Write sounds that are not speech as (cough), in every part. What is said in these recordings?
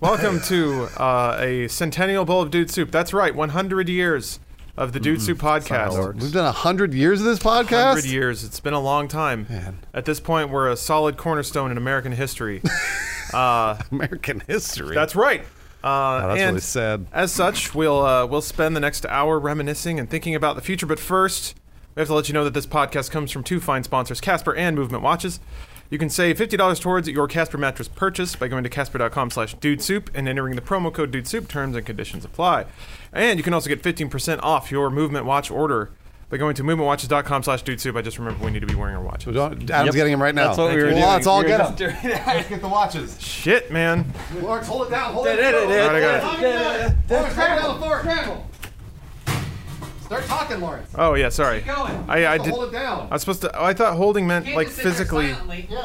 Welcome to uh, a centennial bowl of dude soup. That's right, 100 years of the Dude Soup podcast. We've done hundred years of (laughs) this podcast. 100 years. It's been a long time. At this point, we're a solid cornerstone in American history. American history. That's right. Uh, Wow, that's and really sad. As such, we'll uh, we'll spend the next hour reminiscing and thinking about the future. But first, we have to let you know that this podcast comes from two fine sponsors, Casper and Movement Watches. You can save fifty dollars towards your Casper mattress purchase by going to casper.com/dudesoup and entering the promo code DudeSoup. Terms and conditions apply. And you can also get fifteen percent off your Movement Watch order by going to movementwatches.com/dudesoup. I just remember we need to be wearing our watches. Adam's getting him right now. That's what we were well, doing. let's all We were get just him. (laughs) doing- Let's get the watches. Shit, man. Lawrence, hold it down. Hold it All down. right, I got it. Scramble, scramble. Start talking, Lawrence. Oh yeah, sorry. I, I did. Hold it down. I was supposed to. oh, I thought holding meant like physically. Yeah,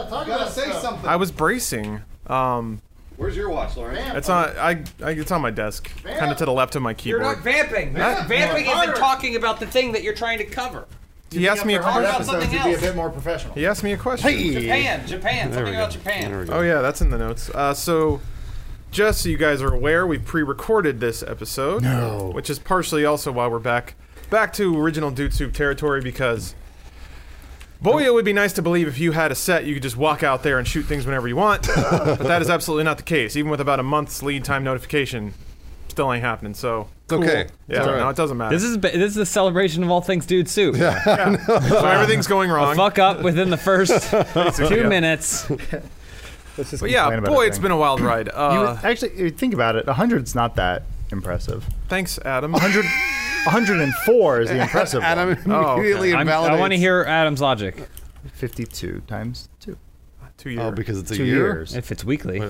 talk you gotta say something. I was bracing. Um, Where's your watch, Lawrence? it's on. I, I. It's on my desk, kind of to the left of my You're keyboard. not vamping. Vamping Harder. isn't talking about the thing that you're trying to cover. he asked me a Talk question. about something Be a else. bit more professional. He asked me a question. Japan, Japan, something about Japan. Oh yeah, that's in the notes. Uh, so, just so you guys are aware, we pre-recorded this episode, No. which is partially also why we're back, back to original Dude Soup territory because. Boy, it would be nice to believe if you had a set, you could just walk out there and shoot things whenever you want. but that is absolutely not the case. Even with about a month's lead time notification, still ain't happening. So it's okay. Yeah, It's all right. no, it doesn't matter. This is ba- this is a celebration of all things, dude. Soup. so everything's going wrong. Fuck up within (laughs) the first two Yeah. minutes. Let's just But yeah, complain about boy, a it's thing. been a wild ride. You Uh, would- actually, you think about it. 100's not that impressive. thanks, Adam. 100, (laughs) 104 is the impressive Adam one. Oh, okay. immediately I'm- invalidates. I want to hear Adam's logic. 52 times two. Two years. Oh, because it's a Two year. years. If it's weekly,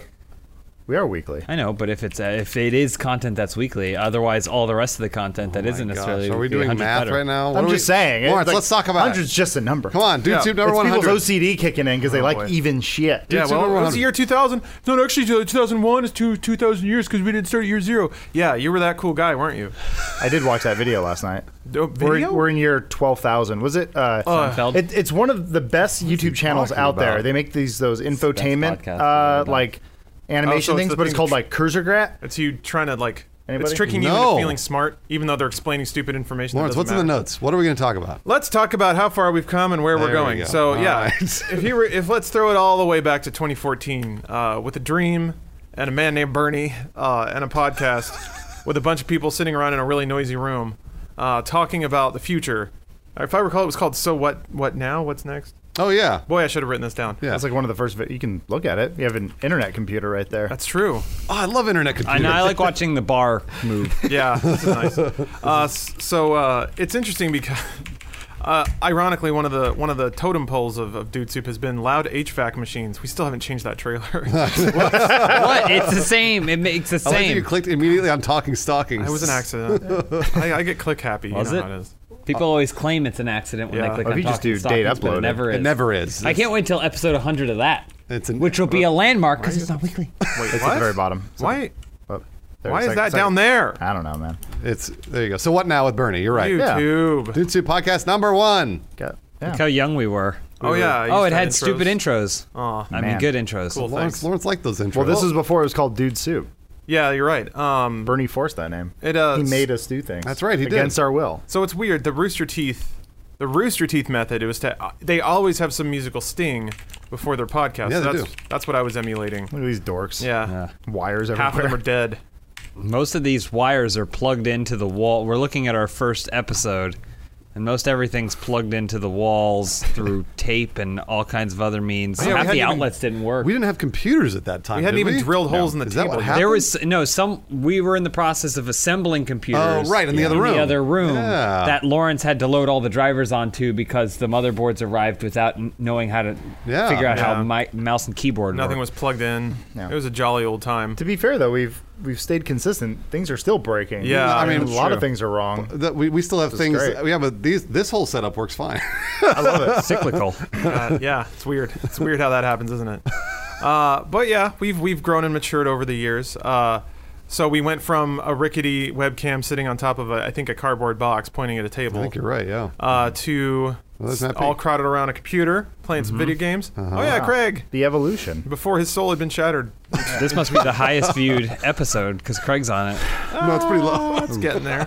We are weekly. I know, but if it's uh, if it is content that's weekly, otherwise all the rest of the content that not Oh My gosh, necessarily. Are we the doing 100 math better. right now? What I'm are we- just saying. it's Lawrence, like- let's talk about 100's it. just a number. Come on, dude. Yeah. Soup number it's one people's hundred. Oh, OCD kicking in because they like even shit. yeah, Dude, well, Super it was 100. the year 2000. It's not actually two- 2001. It's two, 2,000 years because we didn't start at year zero. Yeah, you were that cool guy, weren't you? I did watch that video last night. Oh, video? We're, we're in year 12,000. Was it? Uh, Seinfeld? it- it's one of the best YouTube channels talking out there. about? They make these those infotainment podcast uh, about. like animation Oh, so it's things, the but it's thing- called like Kurzergrat. It's you trying to, like, it's Anybody? tricking you No. into feeling smart, even though they're explaining stupid information. that Lawrence, doesn't what's in the matter. notes? What are we going to talk about? Let's talk about how far we've come and where we're There we going. go. So, All yeah, right. (laughs) if you were, if let's throw it all the way back to 2014 uh, with a dream and a man named Bernie uh, and a (laughs) podcast with a bunch of people sitting around in a really noisy room uh, talking about the future. If I recall, it was called "So What? What Now? What's Next?" Oh yeah. Boy, I should have written this down. Yeah. That's like one of the first. Vi- you can look at it. You have an internet computer right there. That's true. Oh, I love internet computers. I know. I like watching the bar move. (laughs) Yeah, this is nice. Uh, s- so uh, it's interesting because, (laughs) uh, ironically, one of the one of the totem poles of, of Dude Soup has been loud HVAC machines. We still haven't changed that (laughs) trailer. what? It's the same. It makes the I like that same. you clicked immediately on talking stockings. It was an accident. I, I get click happy. Was you know it? How it is. People always claim it's an accident when Yeah. they click Or if on you just Talking do Stockings, date but upload it it. never is. It never is. I can't wait till episode 100 of that, It's an- which will be a landmark because it's not weekly. (laughs) Wait, it's what? at the very bottom. It's Why? up there. Why It's is like- that it's like- down there? I don't know, man. It's there. You go. So what now with Bernie? You're right. Yeah. YouTube. Dude Soup podcast number one. Got- uh, yeah. How young we were. Oh yeah. oh, it had stupid intros. Oh I mean, Man. good intros. Cool. Lawrence, Thanks. Lawrence liked those intros. Well, this is before it was called Dude Soup. yeah, you're right. Um, Bernie forced that name. It, uh, he made us do things. That's right, he did. against our will. So it's weird. The rooster teeth, the rooster teeth method. It was to. uh, they always have some musical sting before their podcast. so Yeah, they that's, do. That's what I was emulating. Look at these dorks. Yeah. Wires everywhere. Half of them are dead. Most of these wires are plugged into the wall. We're looking at our first episode, and most everything's plugged into the walls through tape and all kinds of other means. Oh, yeah, we Half hadn't the even- outlets didn't work. we didn't have computers at that time. We hadn't did even drilled holes in the Is that what table. happened? there was no some. We were in the process of assembling computers. Oh, right, in the other room. The other room Yeah. that Lawrence had to load all the drivers onto because the motherboards arrived without n- knowing how to Yeah. figure out Yeah. how mi- mouse and keyboard. Nothing was work. plugged in. No. It was a jolly old time. To be fair, though, we've we've stayed consistent. Things are still breaking. Yeah, I I mean, mean, it's a lot true. of things are wrong. (laughs) That we, we still have is things. great. Yeah, but these this whole setup works fine. (laughs) I love (laughs) it. cyclical. Uh, yeah, it's weird. It's weird how that happens, isn't it? Uh, but yeah, we've we've grown and matured over the years. Uh, so we went from a rickety webcam sitting on top of a, I think, a cardboard box pointing at a I table, think you're right. Yeah. uh, to Well, isn't that all big? crowded around a computer playing some video games. Oh yeah, Craig. The evolution. Before his soul had been shattered. (laughs) This must be the highest viewed episode because Craig's on it. no, it's pretty Oh, low. it's getting there.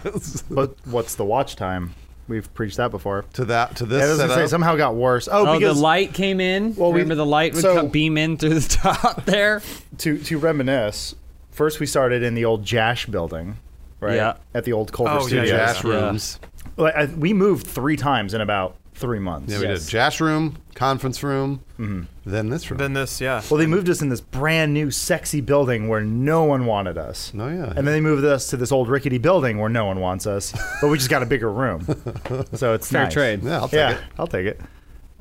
But what's the watch time? We've preached that before. to that, to Yeah, I this was gonna say setup. somehow got worse. Oh, Oh, because the light came in. Well, we- Remember the light would so- come beam in through the (laughs) top there. to to reminisce, first we started in the old Jash building, right? Yeah. At the old Culver Oh, yeah, Studios. yeah, Jash yeah. rooms. Like, I, we moved three times in about three months. Yeah, we did Jash room, conference room, then this room. Then Mm-hmm. this, yeah. Well, they moved us in this brand new, sexy building where no one wanted us. No, Oh, yeah. And then they moved us to this old rickety building where no one wants us, but we just got a bigger room. So it's Fair nice. trade. yeah, I'll take yeah, it. I'll take it.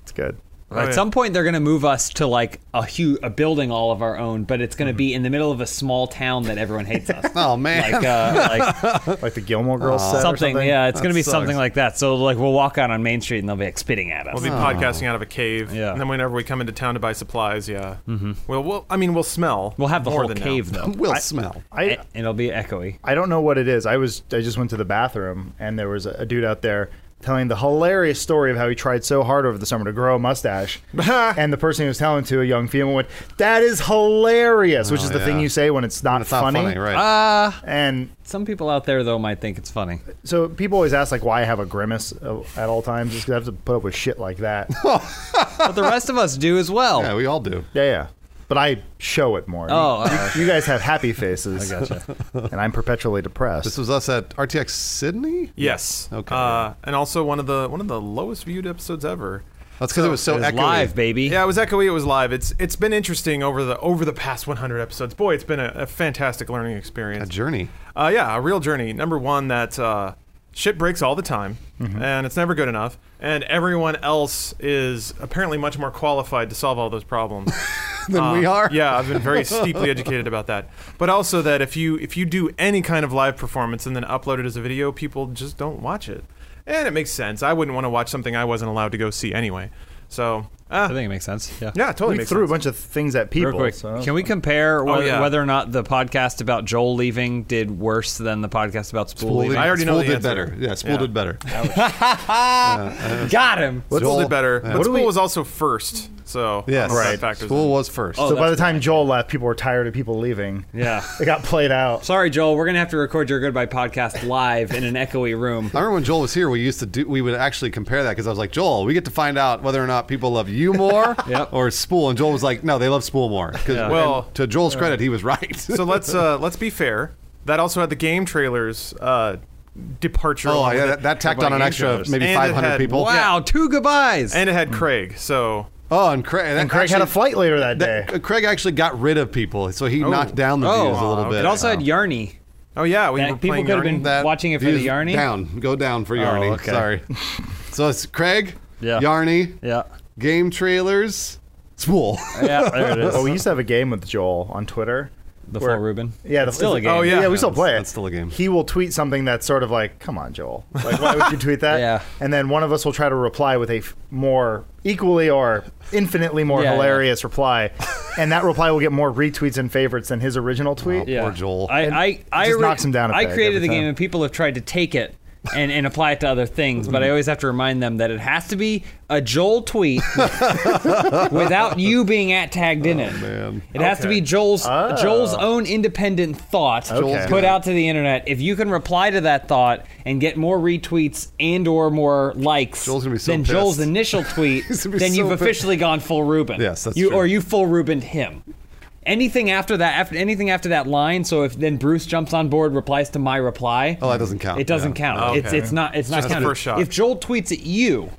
It's good. At Oh, yeah. some point, they're going to move us to like a huge a building all of our own, but it's going Mm-hmm. to be in the middle of a small town that everyone hates us. (laughs) Oh man, Like, uh, like Like the Gilmore Girls set or something, yeah, it's That gonna be sucks. something like that. So like we'll walk out on Main Street and they'll be like spitting at us. We'll be podcasting out of a cave. Yeah. And then whenever we come into town to buy supplies, yeah. Mm-hmm. Well, we'll, I mean, we'll smell. We'll have the more whole than now. (laughs) cave though. will smell. I, and it'll be echoey. I don't know what it is. I was I just went to the bathroom and there was a, a dude out there telling the hilarious story of how he tried so hard over the summer to grow (laughs) a mustache. and the person he was telling to, a young female, went, "That is hilarious," which is the Oh, yeah. thing you say when it's not, It's not funny, right? Uh. And Some people out there though might think it's funny. so people always ask like why I have a grimace uh, at all times just 'cause I have to put up with shit like that. yeah, But the rest of us do as (laughs) well. yeah, we all do. yeah. But I show it more. Oh, You- uh, you, guys have (laughs) happy faces. gotcha. And I'm perpetually depressed. This was us at RTX Sydney. Yes. Okay. Uh, and also one of the one of the lowest viewed episodes ever. That's because it was so It's echoey. live, baby. Yeah, it was echoey. It was live. It's it's been interesting over the over the past 100 episodes. Boy, it's been a, a fantastic learning experience. A journey. Uh, yeah, a real journey. Number one, that uh, shit breaks all the time, and it's never good enough. And everyone else is apparently much more qualified to solve all those problems. Than we are. Uh, yeah, I've been very steeply educated about that. But also that if you if you do any kind of live performance and then upload it as a video, people just don't watch it, and it makes sense. I wouldn't want to watch something I wasn't allowed to go see anyway. So I uh, think it makes sense. Yeah. yeah, it totally we makes threw a sense. bunch of things at people. Real quick, so- can we compare whether, yeah. whether or not the podcast about Joel leaving did worse than the podcast about Spool, Spool did- leaving? I already know Spool the did answer. better. Yeah, Spool Yeah. did better. Got him. What's a Joel- little better, Yeah. but What school was also first, so Yes, that Right. Oh. factors Spool in. was first. so by the time Joel left, people were tired of people leaving. Yeah. They got played out. Sorry, Joel. We're gonna have to record your goodbye podcast live in an echoey (laughs) room. I remember when Joel was here, we used to do, we would actually compare that because I was like, Joel, we get to find out whether or not people love you more Yep. or Spool. And Joel was like, no, they love Spool more. 'Cause- and Well- to Joel's credit, he was right. so let's uh, let's be fair. That also had the game trailers uh, departure. (laughs) oh, along yeah, with that, it. that tacked on an Game extra trailers. maybe And it 500 had- people. Wow, two goodbyes. and it had Craig. So Oh, and Craig, and Craig had a actually- flight later that day. that- Craig actually got rid of people, so he knocked down the oh, views a little bit. it also had Yarny. oh yeah, we That were people playing could have Yarny. been- watching it for the views Yarny? Oh, Down, go down for Yarny. okay. Sorry. so it's Craig, Yeah. Yarny, Yeah. game trailers, (laughs) Spool. Yeah, there it is. Well, Oh, we used to have a game with Joel on Twitter. the where- full Ruben. Yeah, the, still a game. Oh, yeah. yeah, we still play it. that's still a game. He will tweet something that's sort of like, "Come on, Joel, like why would you tweet that?" (laughs) Yeah. and then one of us will try to reply with a f- more equally or infinitely (laughs) more Yeah, hilarious reply, and that reply will get more retweets and favorites than his original tweet. Oh, yeah. Poor Joel. I I, I just knocks him down a I peg created every the game time. and people have tried to take it and, and apply it to other things, but I always have to remind them that it has to be a Joel tweet (laughs) without you being at tagged in it. Oh, man. Ah. It has to be Joel's Joel's own independent thought Joel's put good. out to the internet. If you can reply to that thought and get more retweets and or more likes Joel's gonna be so than Joel's pissed. initial (laughs) tweet, He's gonna be then so you've pissed. officially gone full Ruben. Yes, that's you, true. Or you full Rubened him. Anything after that, after anything after that line. So if then Bruce jumps on board, replies to my reply. Oh, that doesn't count, It doesn't yeah. count. Oh, okay. It's it's not it's Just not the counted. first shot. If Joel tweets at you,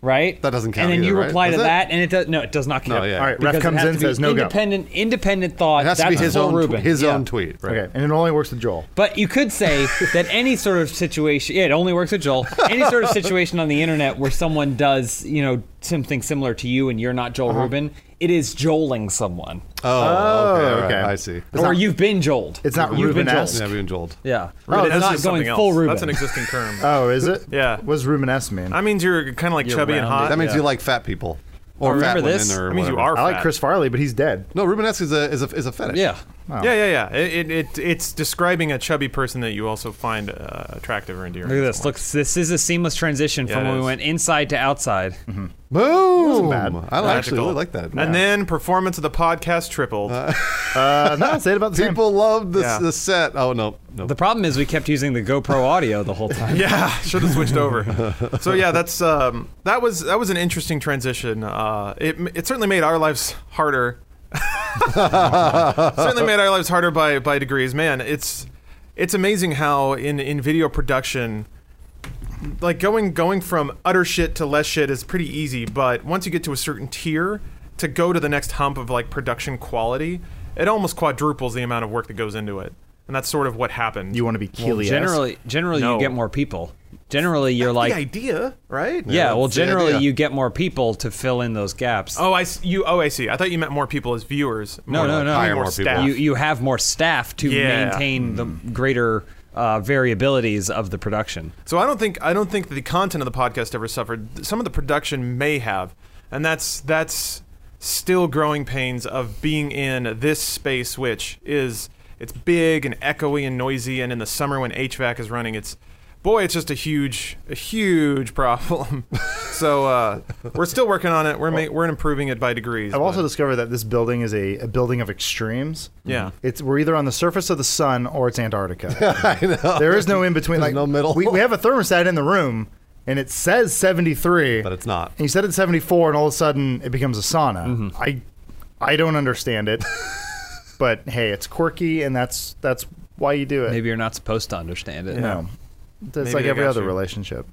right? That doesn't count And then either, you right? reply to Does it? that, and it does no, it does not count. yeah. All right, ref Because it comes has in to be says no go. independent, independent thought. It has That's to be his full own Ruben. his Yeah. own tweet, right? Okay, and it only works with Joel. But you could say that any sort of situation, yeah, it only works with Joel. Any sort of situation on the internet where someone does, you know, something similar to you, and you're not Uh-huh. Joel Rubin, it is Joeling someone, Oh, okay, all right, okay. I see. or you've been Joeled. It's not you've been Ruben-esque. Joeled. Yeah, we enjoyed. Yeah, Oh, Ruben it's S not is going something else. full Ruben. That's an existing term. Oh, is it? Yeah. What does Ruben S mean? that means you're kind of like You're chubby and rounded. hot. That means Yeah. you like fat people, or remember fat women, this. or that means you whatever. are. I like fat. Chris Farley, but he's dead. No, Rubenesque is a is a is a fetish. yeah, Oh. Yeah, yeah, yeah. It, it, it it's describing a chubby person that you also find uh, attractive or endearing. Look at in this. someone. Look, this is a seamless transition Yeah, from it when we is. went inside to outside. Mm-hmm. Boom! bad. I actually Magical. really like that. And then performance of the podcast tripled. Uh, no, say it about the same. People love the, Yeah. the set. Oh no, no. (laughs) The problem is we kept using the GoPro audio the whole time. yeah, (laughs) should have switched over. So yeah, that's um, that was that was an interesting transition. Uh, it it certainly made our lives harder. (laughs) certainly made our lives harder by by degrees. Man, it's it's amazing how in in video production like going going from utter shit to less shit is pretty easy, but once you get to a certain tier, to go to the next hump of like production quality, it almost quadruples the amount of work that goes into it. And that's sort of what happened. You want to be Keely? Generally, generally No. you get more people. Generally, you're the like, idea, right? yeah. Well, that's the generally idea. you get more people to fill in those gaps. Oh, I s- you. Oh, I see. I thought you meant more people as viewers. No, More no, like no. Hire Hire more more people. staff. You you have more staff to Yeah. Mm. maintain the greater uh, variabilities of the production. so I don't think I don't think that the content of the podcast ever suffered. Some of the production may have, and that's that's still growing pains of being in this space, which is it's big and echoey and noisy, and in the summer when HVAC is running, it's boy, it's just a huge a huge (laughs) problem. so uh, we're still working on it. We're ma- we're improving it by degrees. I've also but- discovered that this building is a, a building of extremes. Yeah. It's we're either on the surface of the sun or it's Antarctica. (laughs) I know. (laughs) there is no in between. Like no middle. We, we have a thermostat in the room, and it says seventy three, but it's not. and you said it's seventy four, and all of a sudden it becomes a sauna. Mm-hmm. I I don't (laughs) understand it, but hey, it's quirky, and that's that's why you do it. Maybe you're not supposed to understand it. you know. It's like they every got other you. relationship.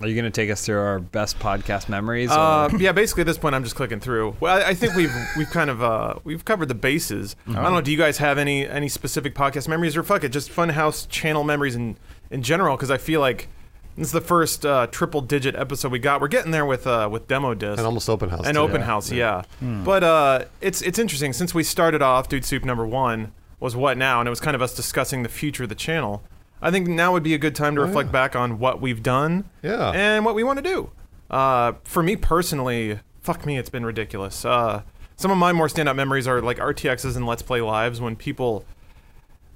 Are you going to take us through our best podcast memories? or- Uh, yeah, basically at this point, I'm just clicking through. Well, I, I think we've we've kind of uh, we've covered the bases. I don't know. Do you guys have any any specific podcast memories, or fuck it, just Funhouse channel memories in in general? Because I feel like this is the first uh, triple digit episode we got. We're getting there with uh, with demo disc And almost open house. an too. open Yeah. Hmm. house, yeah. But uh, it's it's interesting since we started off. Dude Soup number one was what now, and it was kind of us discussing the future of the channel. I think now would be a good time to reflect back on what we've done, Oh, Yeah. and what we want to do. Uh, for me personally, fuck me, it's been ridiculous. Uh, some of my more standout memories are like RTXs and Let's Play Lives when people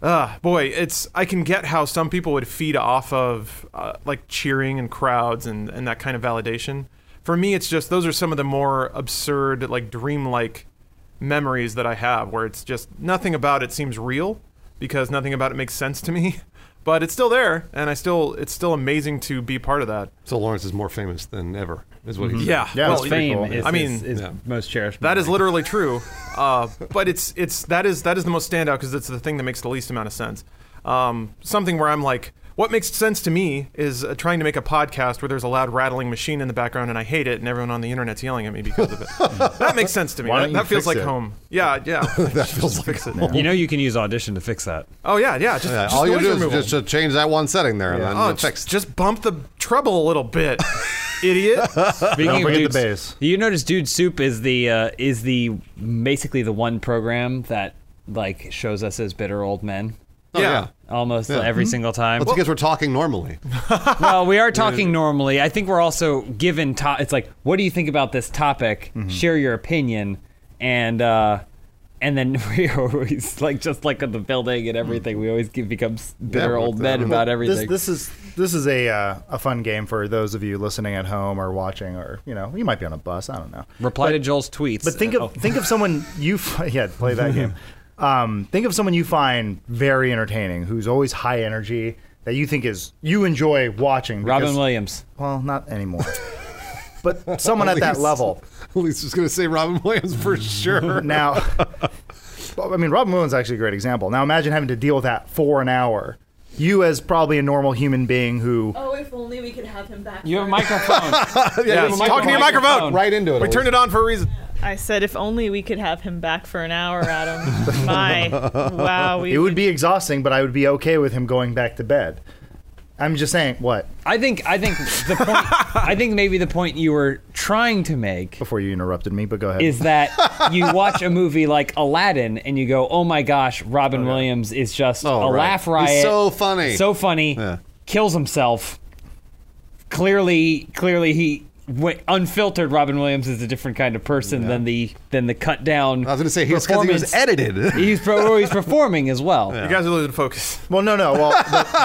Ah, boy, it's I can get how some people would feed off of uh, like cheering and crowds and and that kind of validation. For me, it's just those are some of the more absurd, like dreamlike memories that I have, where it's just nothing about it seems real because nothing about it makes sense to me. (laughs) But it's still there, and I still it's still amazing to be part of that. So Lawrence is more famous than ever. Is what he said. Mm-hmm. Yeah, Yeah, well, it's you- fame cool. is, I mean, is, is yeah. most cherished. That is literally true, uh, but it's it's that is that is the most standout because it's the thing that makes the least amount of sense. Um, something where I'm like, what makes sense to me is uh, trying to make a podcast where there's a loud rattling machine in the background and I hate it and everyone on the internet's yelling at me because of it. (laughs) that makes sense to me. Why That, don't you that feels fix like it? home. Yeah, yeah. that feels like fix it. You know you can use Audition to fix that. Oh yeah, yeah. Just, Yeah, just all you noise do is removal. just uh, change that one setting there, and then oh, it's just, fixed. just bump the treble a little (laughs) bit, idiot. Speaking Don't of forget the dudes, bass. You notice Dude Soup is the uh, is the basically the one program that like shows us as bitter old men Oh, yeah. almost every single time. That's because we're (laughs) talking normally. well, we (laughs) are talking normally. I think we're also given. To- it's like, what do you think about this topic? Mm-hmm. Share your opinion, and uh, and then (laughs) we always like just like on the building and everything. We always get, become s- bitter well, old men well, about everything. uh, This, this is this is a uh, a fun game for those of you listening at home or watching, or you know, you might be on a bus. I don't know. Reply to Joel's tweets. But think of Oh. think of someone you f- (laughs) yeah play (laughs) that game. Um, think of someone you find very entertaining, who's always high energy, that you think is you enjoy watching. because- Robin Williams. Well, not anymore. (laughs) but someone at that Please. (laughs) level. He's just gonna say Robin Williams (laughs) for sure. Now, (laughs) well, I mean, Robin Williams is actually a great example. Now, imagine having to deal with that for an hour. You, as probably a normal human being, who Oh, if only we could have him back. You have a for- microphone. yeah, you have a talking to your microphone. microphone. right into it. We turned it on for a reason. I said, if only we could have him back for an hour, Adam. My, wow. We it would be exhausting, but I would be okay with him going back to bed. I'm just saying, what (laughs) I think I think the point. I think maybe the point you were trying to make before you interrupted me, but go ahead. is that (laughs) you watch a movie like Aladdin and you go, "Oh my gosh, Robin Williams is just Oh, a right. laugh riot." He's so funny. So funny. Yeah. Kills himself. Clearly, clearly he w- unfiltered Robin Williams is a different kind of person than the than the cut down. I was going to say he's because he was edited. He's, pro- he's performing (laughs) as well. You guys are losing focus. (laughs) Well, no, no. Well, the,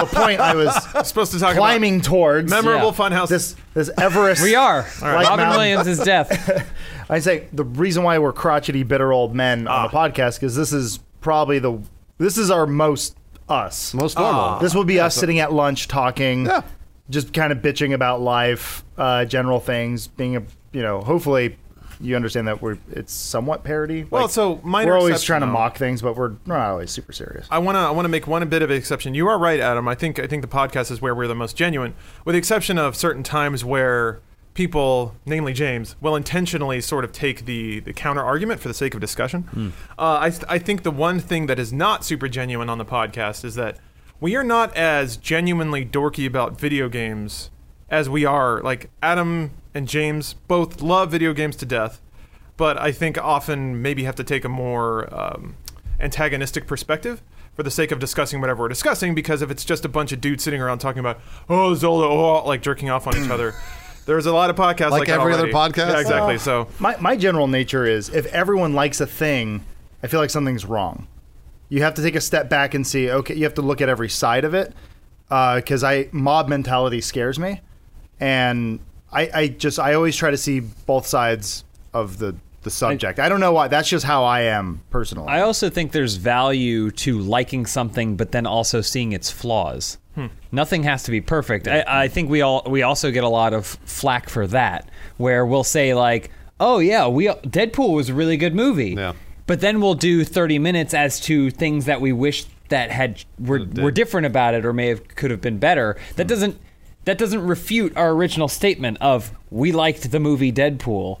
(laughs) the point I I'm was supposed to talk climbing towards about memorable Yeah. funhouse. this this Everest. We are. Like Robin Mountain. Williams is death. (laughs) I say the reason why we're crotchety, bitter old men on Ah. the podcast because this is probably the this is our most us. Most Ah. normal. This will be us sitting at lunch talking, Yeah. just kind of bitching about life, uh, general things, being a you know. Hopefully, you understand that we're it's somewhat parody. Well, so minor we're always exception, trying to though. mock things, but we're not always super serious. I want to I want to make one bit of an exception. You are right, Adam. I think I think the podcast is where we're the most genuine, with the exception of certain times where people, namely James, will intentionally sort of take the the counter argument for the sake of discussion. Uh, I th- I think the one thing that is not super genuine on the podcast is that we are not as genuinely dorky about video games as we are. Like Adam and James both love video games to death but I think often maybe have to take a more um, antagonistic perspective for the sake of discussing whatever we're discussing. Because if it's just a bunch of dudes sitting around talking about oh Zelda, oh like jerking off (clears throat) on each other, there's a lot of podcasts like, Like that every other already. podcast? Yeah, exactly. Well- so My my general nature is if everyone likes a thing, I feel like something's wrong. You have to take a step back and see. Okay, you have to look at every side of it because I mob mentality scares me, and I, I just I always try to see both sides of the the subject. I, don't know why. That's just how I am personally. I also think there's value to liking something, but then also seeing its flaws. Nothing has to be perfect. I, I think we all we also get a lot of flack for that, where we'll say like, "Oh yeah, we Deadpool was a really good movie," Yeah. but then we'll do 30 minutes as to things that we wish that had were were different about it or may have could have been better. That doesn't that doesn't refute our original statement of we liked the movie Deadpool.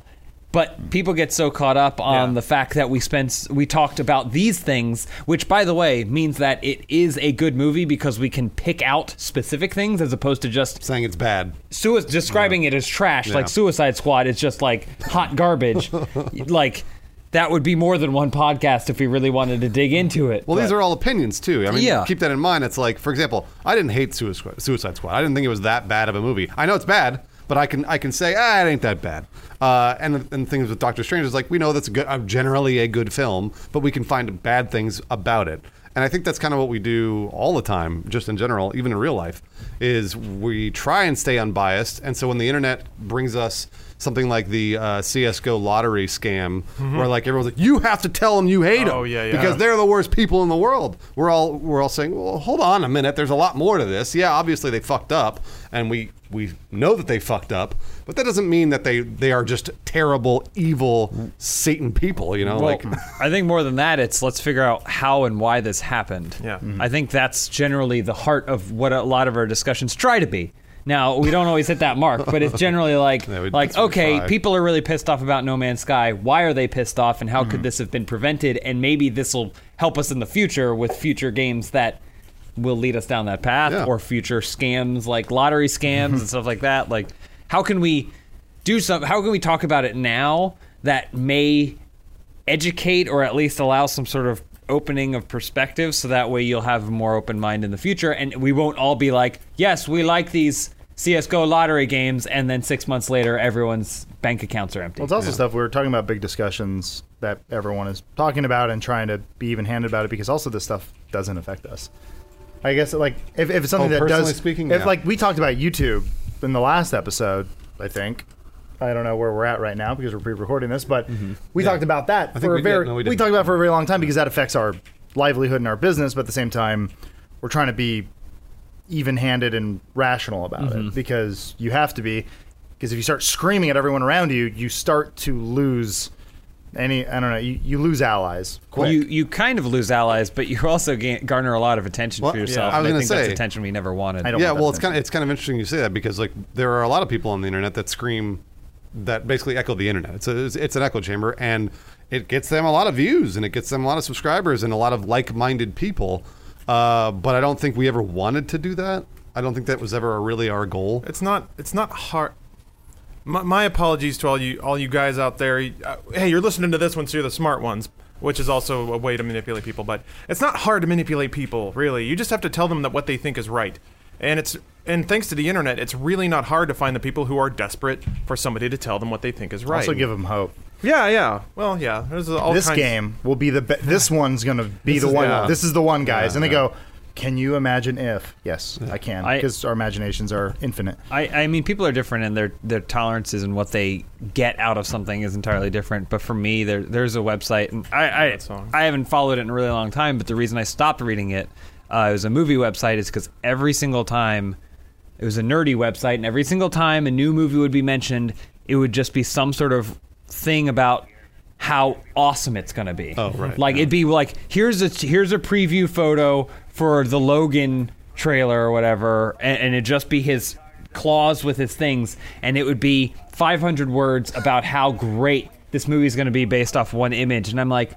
But people get so caught up on Yeah. the fact that we spent we talked about these things, which by the way means that it is a good movie because we can pick out specific things as opposed to (laughs) just saying it's bad. sui- describing it as trash. Yeah. Like Suicide Squad is just like (laughs) hot garbage. like that would be more than one podcast if we really wanted to dig into it. Well, these but- are all opinions too. I mean, Yeah. keep that in mind. It's like, for example, I didn't hate Suicide Suicide Squad. I didn't think it was that bad of a movie. I know it's bad, but I can I can say ah, it ain't that bad. Uh, and and things with Doctor Strange is like we know that's a good, uh, generally a good film, but we can find bad things about it. And I think that's kind of what we do all the time, just in general, even in real life, is we try and stay unbiased. And so when the internet brings us something like the uh, CSGO lottery scam, where like everyone's like, you have to tell them you hate them. Mm-hmm. Oh, yeah, yeah. Because they're the worst people in the world. We're all we're all saying, well, hold on a minute. There's a lot more to this. Yeah, obviously they fucked up, and we we know that they fucked up, but that doesn't mean that they they are just terrible, evil Satan people. You know, Well, like (laughs) I think more than that, it's let's figure out how and why this happened. Yeah. Mm-hmm. Mhm. I think that's generally the heart of what a lot of our discussions try to be. Now we don't always hit that mark, but it's generally like (laughs) Yeah, we- like that's what we okay, try. people are really pissed off about No Man's Sky. Why are they pissed off, and how Mm-hmm. could this have been prevented? And maybe this will help us in the future with future games that will lead us down that path, Yeah. Mm-hmm. or future scams like lottery scams and stuff like that. Like, how can we do some? How can we talk about it now that may educate or at least allow some sort of opening of perspective so that way you'll have a more open mind in the future and we won't all be like yes we like these csgo lottery games and then six months later everyone's bank accounts are empty Well, it's also stuff we were talking about big discussions that everyone is talking about and trying to be even handed about it because also this stuff doesn't affect us. I guess like if, if it's something Oh, that personally does speaking, if yeah. like we talked about YouTube in the last episode, I think. I don't know where we're at right now because we're pre-recording this, but we talked about that Mm-hmm. think for we a did. very No, we we didn't. talked about it for a very long time because that affects our livelihood and our business, but at the same time we're trying to be even-handed and rational about it because you have to be because if you start screaming at everyone around you you start to lose any i don't know you, you lose allies quick. you you kind of lose allies but you (laughs) also ga- garner a lot of attention Well, for yeah, yourself I was and gonna think that's say- attention we never wanted I don't yeah, want that well, it's to kind of it's kind of interesting you say that because like there are a lot of people on the internet that scream that basically echo the internet. It's a, it's, it's an echo chamber, and it gets them a lot of views, and it gets them a lot of subscribers, and a lot of like-minded people. Uh, but I don't think we ever wanted to do that. I don't think that was ever really our goal. it's not it's not hard. My, my apologies to all you all you guys out there. Uh, hey, you're listening to this one, so you're the smart ones, which is also a way to manipulate people. But it's not hard to manipulate people, really. You just have to tell them that what they think is right. and it's and thanks to the internet, it's really not hard to find the people who are desperate for somebody to tell them what they think is right. Also, give them hope. yeah, yeah. Well, yeah. There's all this kinds- game will be the be- this one's gonna be the is- one. yeah. This is the one, guys. Yeah, and they yeah. go, "Can you imagine if?" Yes, I can, I- because our imaginations are infinite. I, I mean, people are different, and their their tolerances and what they get out of something is entirely different. But for me, there there's a website, and I I, That song. I haven't followed it in a really long time. But the reason I stopped reading it, uh, it was a movie website, is because every single time it was a nerdy website, and every single time a new movie would be mentioned, it would just be some sort of thing about how awesome it's going to be. Oh, right. Like it'd be like here's a here's a preview photo for the Logan trailer or whatever, and, and it'd just be his claws with his things, and it would be 500 words about how great this movie is going to be based off one image, and I'm like,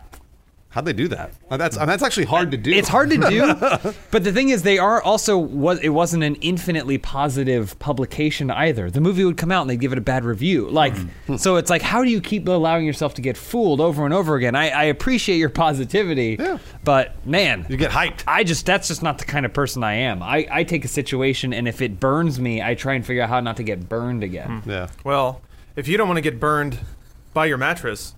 How'd they do that? Uh, That's uh, that's actually hard to do. it's hard to (laughs) do. but the thing is, they are also was it wasn't an infinitely positive publication either. The movie would come out and they'd give it a bad review. Like, Mm-hmm. so it's like, how do you keep allowing yourself to get fooled over and over again? I, I appreciate your positivity, Yeah. but man, You get hyped. I just that's just not the kind of person I am. I, I take a situation and if it burns me, I try and figure out how not to get burned again. Mm-hmm. Yeah. Well, if you don't want to get burned by your mattress,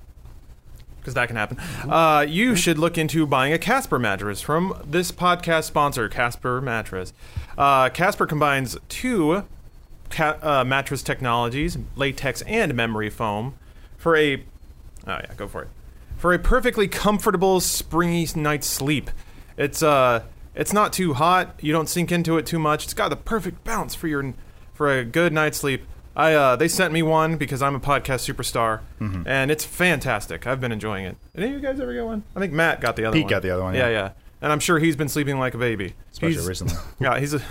because that can happen, uh, you should look into buying a Casper mattress from this podcast sponsor, Casper Mattress. Uh, Casper combines two ca- uh, mattress technologies, latex and memory foam, for a. Oh, yeah, go for it. For a perfectly comfortable, springy night's sleep. It's, uh,. It's not too hot. You don't sink into it too much. It's got the perfect bounce for your for a good night's sleep. I uh, they sent me one because I'm a podcast superstar, Mm-hmm. and it's fantastic. I've been enjoying it. Any of you guys ever get one? I think Matt got the other Pete one. got the other one, Yeah, yeah. yeah. And I'm sure he's been sleeping like a baby. Especially He's- recently. (laughs) Yeah, he's a,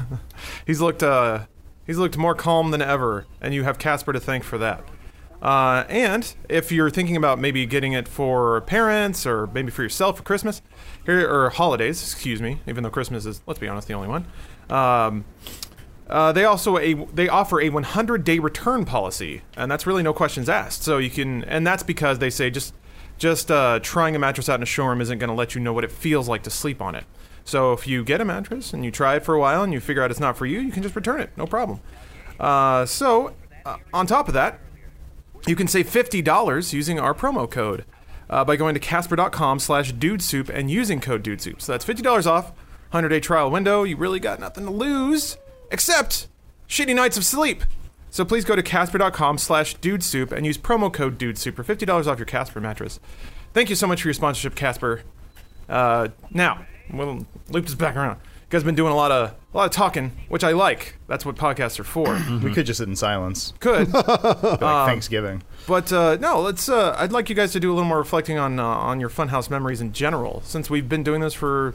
he's looked uh, he's looked more calm than ever, and you have Casper to thank for that. Uh, and if you're thinking about maybe getting it for parents or maybe for yourself for Christmas, here or holidays, excuse me, even though Christmas is, let's be honest, the only one. Um, uh, they also a they offer a 100 day return policy, and that's really no questions asked. So you can, and that's because they say just just uh, trying a mattress out in a showroom isn't going to let you know what it feels like to sleep on it. So if you get a mattress and you try it for a while and you figure out it's not for you, you can just return it, no problem. Uh, so uh, on top of that, you can save $50 using our promo code uh, by going to casper.com slash dudesoup and using code dudesoup. So that's $50 off, 100-day trial window. You really got nothing to lose except shitty nights of sleep. So please go to casper.com slash dudesoup and use promo code dudesoup for $50 off your Casper mattress. Thank you so much for your sponsorship, Casper. Uh, now, we'll loop this back around. You guys been doing a lot of a lot of talking, which I like. That's what podcasts are for. (coughs) We could just sit in silence, Could like Thanksgiving. But uh, no, let's. Uh, I'd like you guys to do a little more reflecting on uh, on your Funhouse memories in general, since we've been doing this for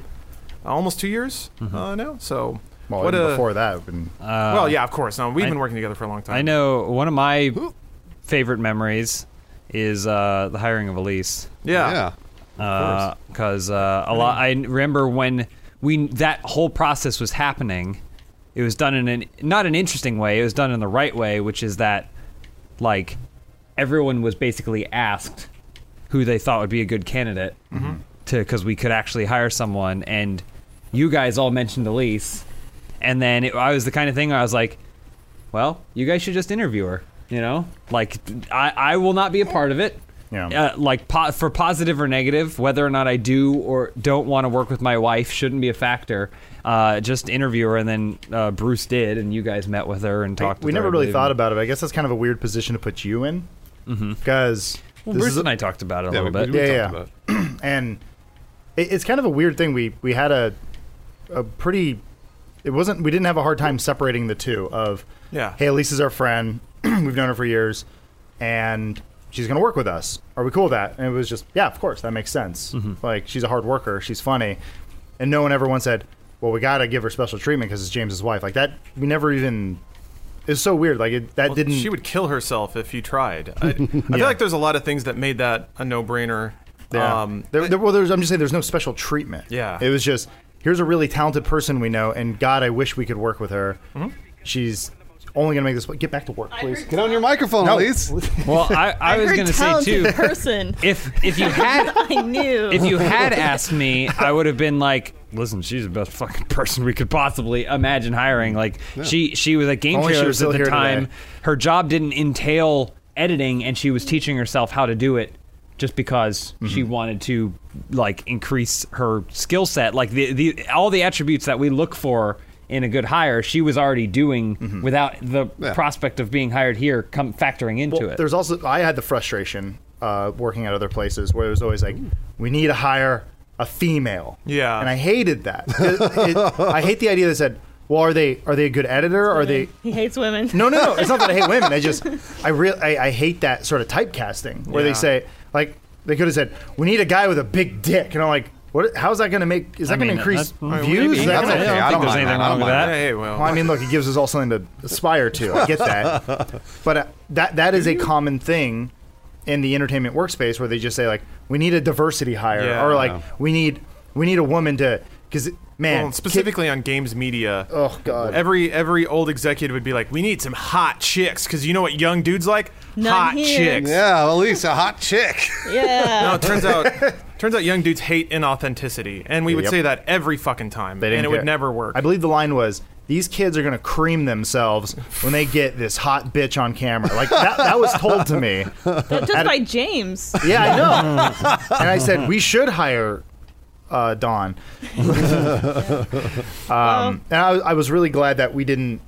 almost two years Mm-hmm. uh, now. So, Well, what even a- Uh, before that, we've been- well, yeah, of course. No, we've I- been working together for a long time. I know one of my favorite memories is uh, the hiring of Elise. Yeah. Yeah. because uh, a lot. I remember when we that whole process was happening. It was done in an not an interesting way. It was done in the right way, which is that like everyone was basically asked who they thought would be a good candidate Mm-hmm. to because we could actually hire someone. And you guys all mentioned Elise, and then it, I was the kind of thing where I was like, well, you guys should just interview her. You know, like I, I will not be a part of it. Yeah. Uh, like po- for positive or negative, whether or not I do or don't want to work with my wife shouldn't be a factor. Uh, just interview her, and then uh, Bruce did, and you guys met with her and talked. we with her, never I really believe. thought about it. But I guess that's kind of a weird position to put you in, because Well, this Bruce is a- and I talked about it a Yeah, little we- bit. we- yeah, talked yeah. about (clears throat) and it, it's kind of a weird thing. We we had a a pretty. It wasn't. We didn't have a hard time separating the two. Of Yeah. hey, Elise is our friend. (clears throat) We've known her for years, and she's gonna work with us. Are we cool with that? And it was just yeah, of course, that makes sense. Like she's a hard worker. She's funny, and no one ever once said, well, we gotta give her special treatment because it's James's wife. Like that. We never even. It's so weird. Like it, that Well, didn't. She would kill herself if you (laughs) tried. I, I feel like there's a lot of things that made that a no-brainer. Yeah. Um, there, there- well, there's, I'm just saying there's no special treatment. Yeah. It was just here's a really talented person we know, and God, I wish we could work with her. Mm-hmm. She's only gonna make this. Get back to work, please. Get on your microphone, No. Elise. (laughs) Well, I, I was You're a going to say talented too, (laughs) person. if if you had I (laughs) knew. if you had asked me, I would have been like, listen, she's the best fucking person we could possibly imagine hiring. Like she she was at Game Only she Trailers was still at the here time. today. Her job didn't entail editing, and she was teaching herself how to do it just because Mm-hmm. she wanted to like increase her skill set. Like the, the all the attributes that we look for in a good hire, she was already doing Mm-hmm. without the Yeah. prospect of being hired here come factoring into Well, it. There's also I had the frustration uh, working at other places where it was always like, we need to hire a female. Yeah. and I hated that. It- it- I hate the idea that said, well, are they are they a good editor? Are they? He hates women. No, no, no. It's not that I hate women. I just I real I, I hate that sort of typecasting where Yeah. they say like they could have said, we need a guy with a big dick, and I'm like. What, how's that going to make? Is that going mean, to increase that's- I mean, views? Is that That's gonna- okay. I I don't don't think mind there's anything that. I don't wrong mind with that. that. Hey, well, Well, I mean, look, it gives us all something to aspire to. I get that, but uh, that that is a common thing in the entertainment workspace where they just say like, "We need a diversity hire," Yeah. or like, Yeah. "We need we need a woman to," because man, Well, specifically on games media. Oh, God. Every every old executive would be like, "We need some hot chicks," because you know what young dudes like? None hot here. chicks. Yeah, at least a hot chick. No, Yeah. Oh, it turns (laughs) out turns out young dudes hate inauthenticity, and we would Yep. say that every fucking time, They and it didn't would care. never work. I believe the line was. These kids are gonna cream themselves when they get this hot bitch on camera. Like that, that was told to me. That- just by James. Yeah, I know. and I said we should hire uh, Dawn. um, and I, I was really glad that we didn't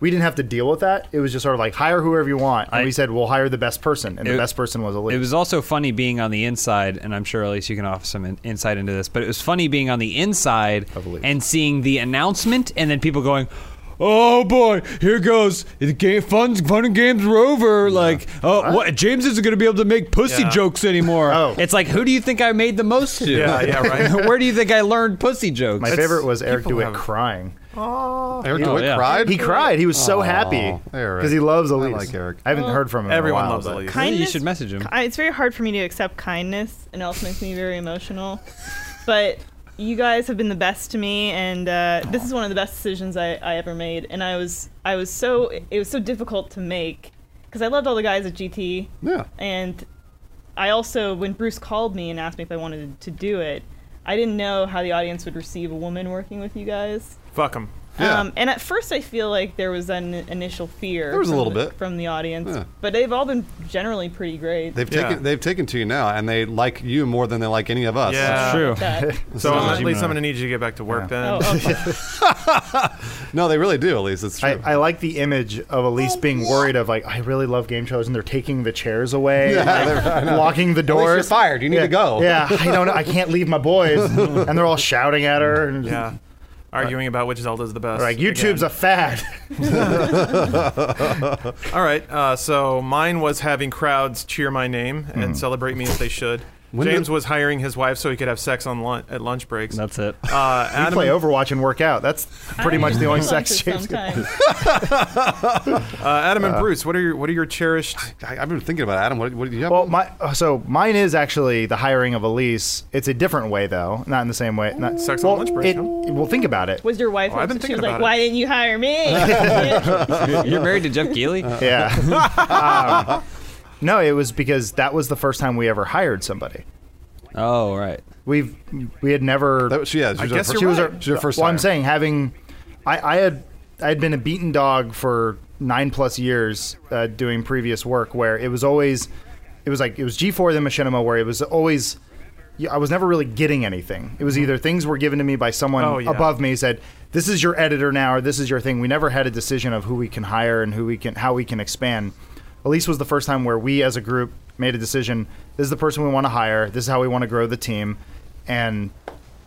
we didn't have to deal with that. It was just sort of like hire whoever you want, and I- we said we'll hire the best person, and It- the best person was Elise. It was also funny being on the inside, and I'm sure Elise, you can offer some in- insight into this. But it was funny being on the inside Elise. and seeing the announcement, and then people going, "Oh boy, here goes the game. Fun, fun and games are over. Like, oh, what? James isn't going to be able to make pussy Yeah. jokes anymore. Oh. It's like, who do you think I made the most to? Yeah, (laughs) yeah, right. (laughs) Where do you think I learned pussy jokes? My favorite was Eric people DeWitt have- crying. Eric Oh, DeWitt yeah. cried. He cried. He was so happy Eric. because he loves I Elise. like Eric. I haven't heard from him. Everyone in a while, loves but- Elise. Maybe Kindness. you should message him. I- it's very hard for me to accept kindness, and it also makes me very emotional. But you guys have been the best to me, and uh, this is one of the best decisions I, I ever made. And I was I was so it was so difficult to make because I loved all the guys at GT, Yeah. and I also when Bruce called me and asked me if I wanted to do it, I didn't know how the audience would receive a woman working with you guys. Fuck them. Yeah. Um, and at first, I feel like there was an initial fear. There was a from little the- bit. from the audience, Yeah. but they've all been generally pretty great. They've Yeah. taken they've taken to you now, and they like you more than they like any of us. Yeah. It's (laughs) true. (laughs) (laughs) that. So not at Jimmy least and I. I'm gonna need you to get back to work then. Oh, okay. No, they really do. At least it's true. I, I like the image of Elise being worried of like I really love game shows and they're taking the (laughs) chairs away, and, like, locking the Elise, doors. you're fired. You need yeah, to go. Yeah, I don't. know. I can't leave my (laughs) boys, and they're all shouting at her. And Yeah. Arguing about which Zelda's the best. Like YouTube's a fad. (laughs) a. All right. Uh, so mine was having crowds cheer my name Hmm. and celebrate me as they (laughs) should. did- James was hiring his wife so he could have sex on lun- at lunch breaks. That's it. (laughs) Uh, I Adam, play Overwatch and work out. That's pretty I much the only am (laughs) sex conscious change. sometimes. uh, Adam and Bruce, what are your what are your cherished? I, I've been thinking about it. Adam. What, what do you have? Well, my uh, so mine is actually the hiring of Elise. It's a different way though, not in the same way. Not, Sex on well, lunch break, It, huh? well, think about it. Was your wife? (laughs) Oh, I've been she thinking was like, about it. Why didn't you hire me? (laughs) Yeah. You're married to Jeff Keighley. Yeah. (laughs) Um, no, it was because that was the first time we ever hired somebody. Oh right. We've we had never. that, was- yeah, she was guess our you're first, she was right. our she was our first Well, I'm hire. saying having, I, I had I had been a beaten dog for nine plus years uh, doing previous work where it was always, it was like it was G4 then Machinima where it was always. yeah, I was never really getting anything. It was Mm-hmm. either things were given to me by someone Oh, yeah. above me said, "This is your editor now," or "This is your thing." We never had a decision of who we can hire and who we can how we can expand. Elise was the first time where we, as a group, made a decision. This is the person we want to hire. This is how we want to grow the team, and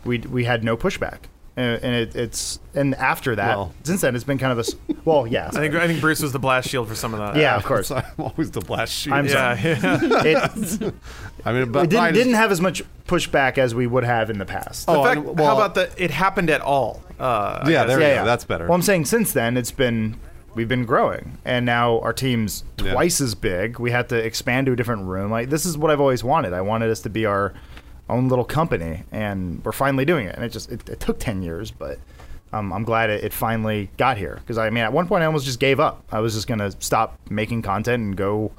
we we had no pushback. And, and it, it's and after that, Well. since then, it's been kind of a s- well, yeah, I think I think Bruce was the blast shield for some of that. yeah, (laughs) of course. So (laughs) I'm always the blast sheep. I'm sorry. Yeah. yeah. It, I mean, but it mine didn't, is- didn't have as much pushback as we would have in the past. Oh, In fact, and- well- how about the it happened at all? Uh, I Yeah, guess. there we go. That's better. Well, I'm saying since then it's been we've been growing, and now our team's Yeah. twice as big. We had to expand to a different room. Like this is what I've always wanted. I wanted us to be our own little company, and we're finally doing it. And it just it, it took ten years, but. Um, I'm glad it, it finally got here because I mean, at one point I almost just gave up. I was just gonna stop making content and go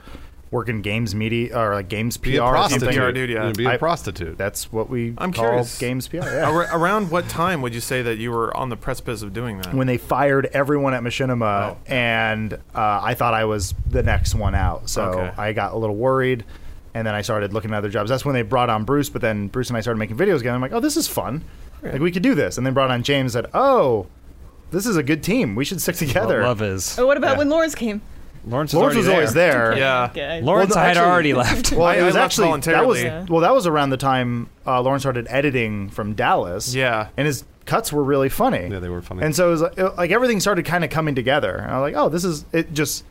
work in games media or like games PR Be a or prostitute. something. PR dude, yeah. Be a I- prostitute. That's what we I'm call curious. games PR. Yeah. Ar- around what time would you say that you were on the precipice of doing that? when they fired everyone at Machinima, Oh. and uh, I thought I was the next one out. So Okay. I got a little worried, and then I started looking at other jobs. That's when they brought on Bruce, but then Bruce and I started making videos again. I'm like, oh, this is fun. Like, we could do this. And then brought on James and said, oh, this is a good team. We should stick together. Love is. Or what about Yeah. when Lawrence came? Lawrence, Oh. Lawrence was already always there. Yeah. Okay. Lawrence Well, no, had actually- already left. Well, I- it I was left actually that was voluntarily. Yeah. well that was around the time uh, Lauren started editing from Dallas. Yeah. and his cuts were really funny. Yeah, they were funny. And so it was like, it- like everything started kind of coming together. And I was like, oh, this is it. Just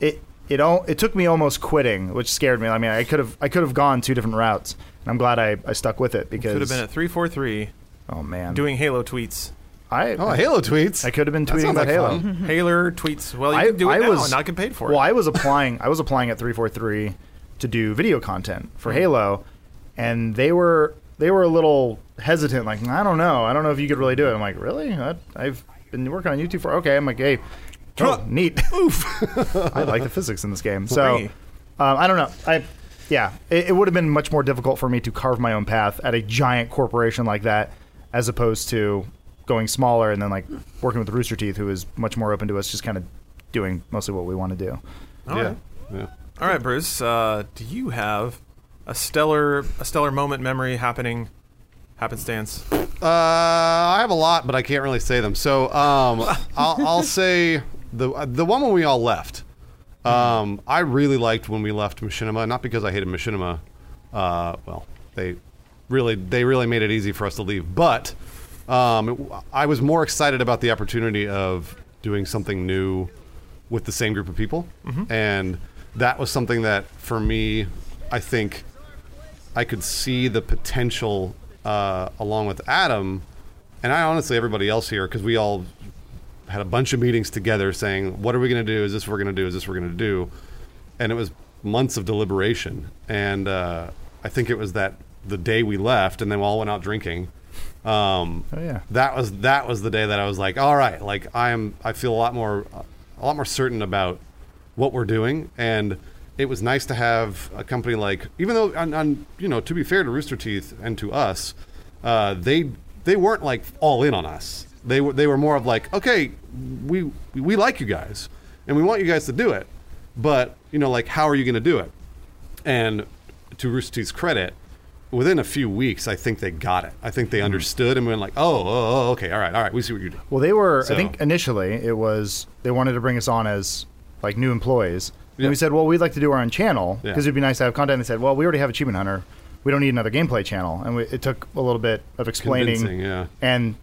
it it all it took me almost quitting, which scared me. I mean, I could have I could have gone two different routes, and I'm glad I, I stuck with it because Could have been at 343 oh man, doing Halo tweets. I oh, Halo tweets. I could have been That tweeting sounds about like Halo. Mm-hmm. fun. Hailer tweets. Well, you Hmm. I- can do it I now was- and not get paid for Well, it. I was applying. I was applying at three four three to do video content Hmm. for Halo, and they were they were a little hesitant. Like, I don't know. I don't know if you could really do it. I'm like, really? I, I've been working on YouTube for okay. I'm like, hey, oh, neat. Oof. I like the physics in this game. So, um, Right. I don't know. I. Yeah, it, it would have been much more difficult for me to carve my own path at a giant corporation like that, as opposed to going smaller and then like working with Rooster Teeth, who is much more open to us, just kind of doing mostly what we want to do. All yeah. right. yeah. All right, Bruce. Uh, do you have a stellar a stellar moment memory happening (laughs) happenstance? Uh, I have a lot, but I can't really say them. So um, I'll, I'll say the the one when we all left. Um, I really liked when we left Machinima, not because I hated Machinima. Uh, well, they really they really made it easy for us to leave, but um, it- I was more excited about the opportunity of doing something new with the same group of people, and that was something that for me, I think. I could see the potential uh, along with Adam, and I honestly everybody else here because we all had a bunch of meetings together saying, "What are we going to do? Is this what we're going to do? Is this what we're going to do?" And it was months of deliberation, and uh, I think it was that the day we left, and then we all went out drinking. Um, Oh, yeah. that was that was the day that I was like, all right, like I am, I feel a lot more, a lot more certain about what we're doing, and it was nice to have a company like, even though on, on you know, to be fair to Rooster Teeth and to us, uh, they they weren't like all in on us. They were they were more of like, okay, we we like you guys, and we want you guys to do it, but you know, like, how are you going to do it? And to Rooster Teeth's credit, within a few weeks, I think they got it. I think they understood and went like, oh, oh, oh, okay, all right, all right, we see what you do. Well, they were. So- I think initially it was they wanted to bring us on as like new employees, and Yeah. we said, well, we'd like to do our own channel Yeah. because it'd be nice to have content. And they said, well, we already have Achievement Hunter. We don't need another gameplay channel, and we, it took a little bit of explaining. Convincing, yeah. And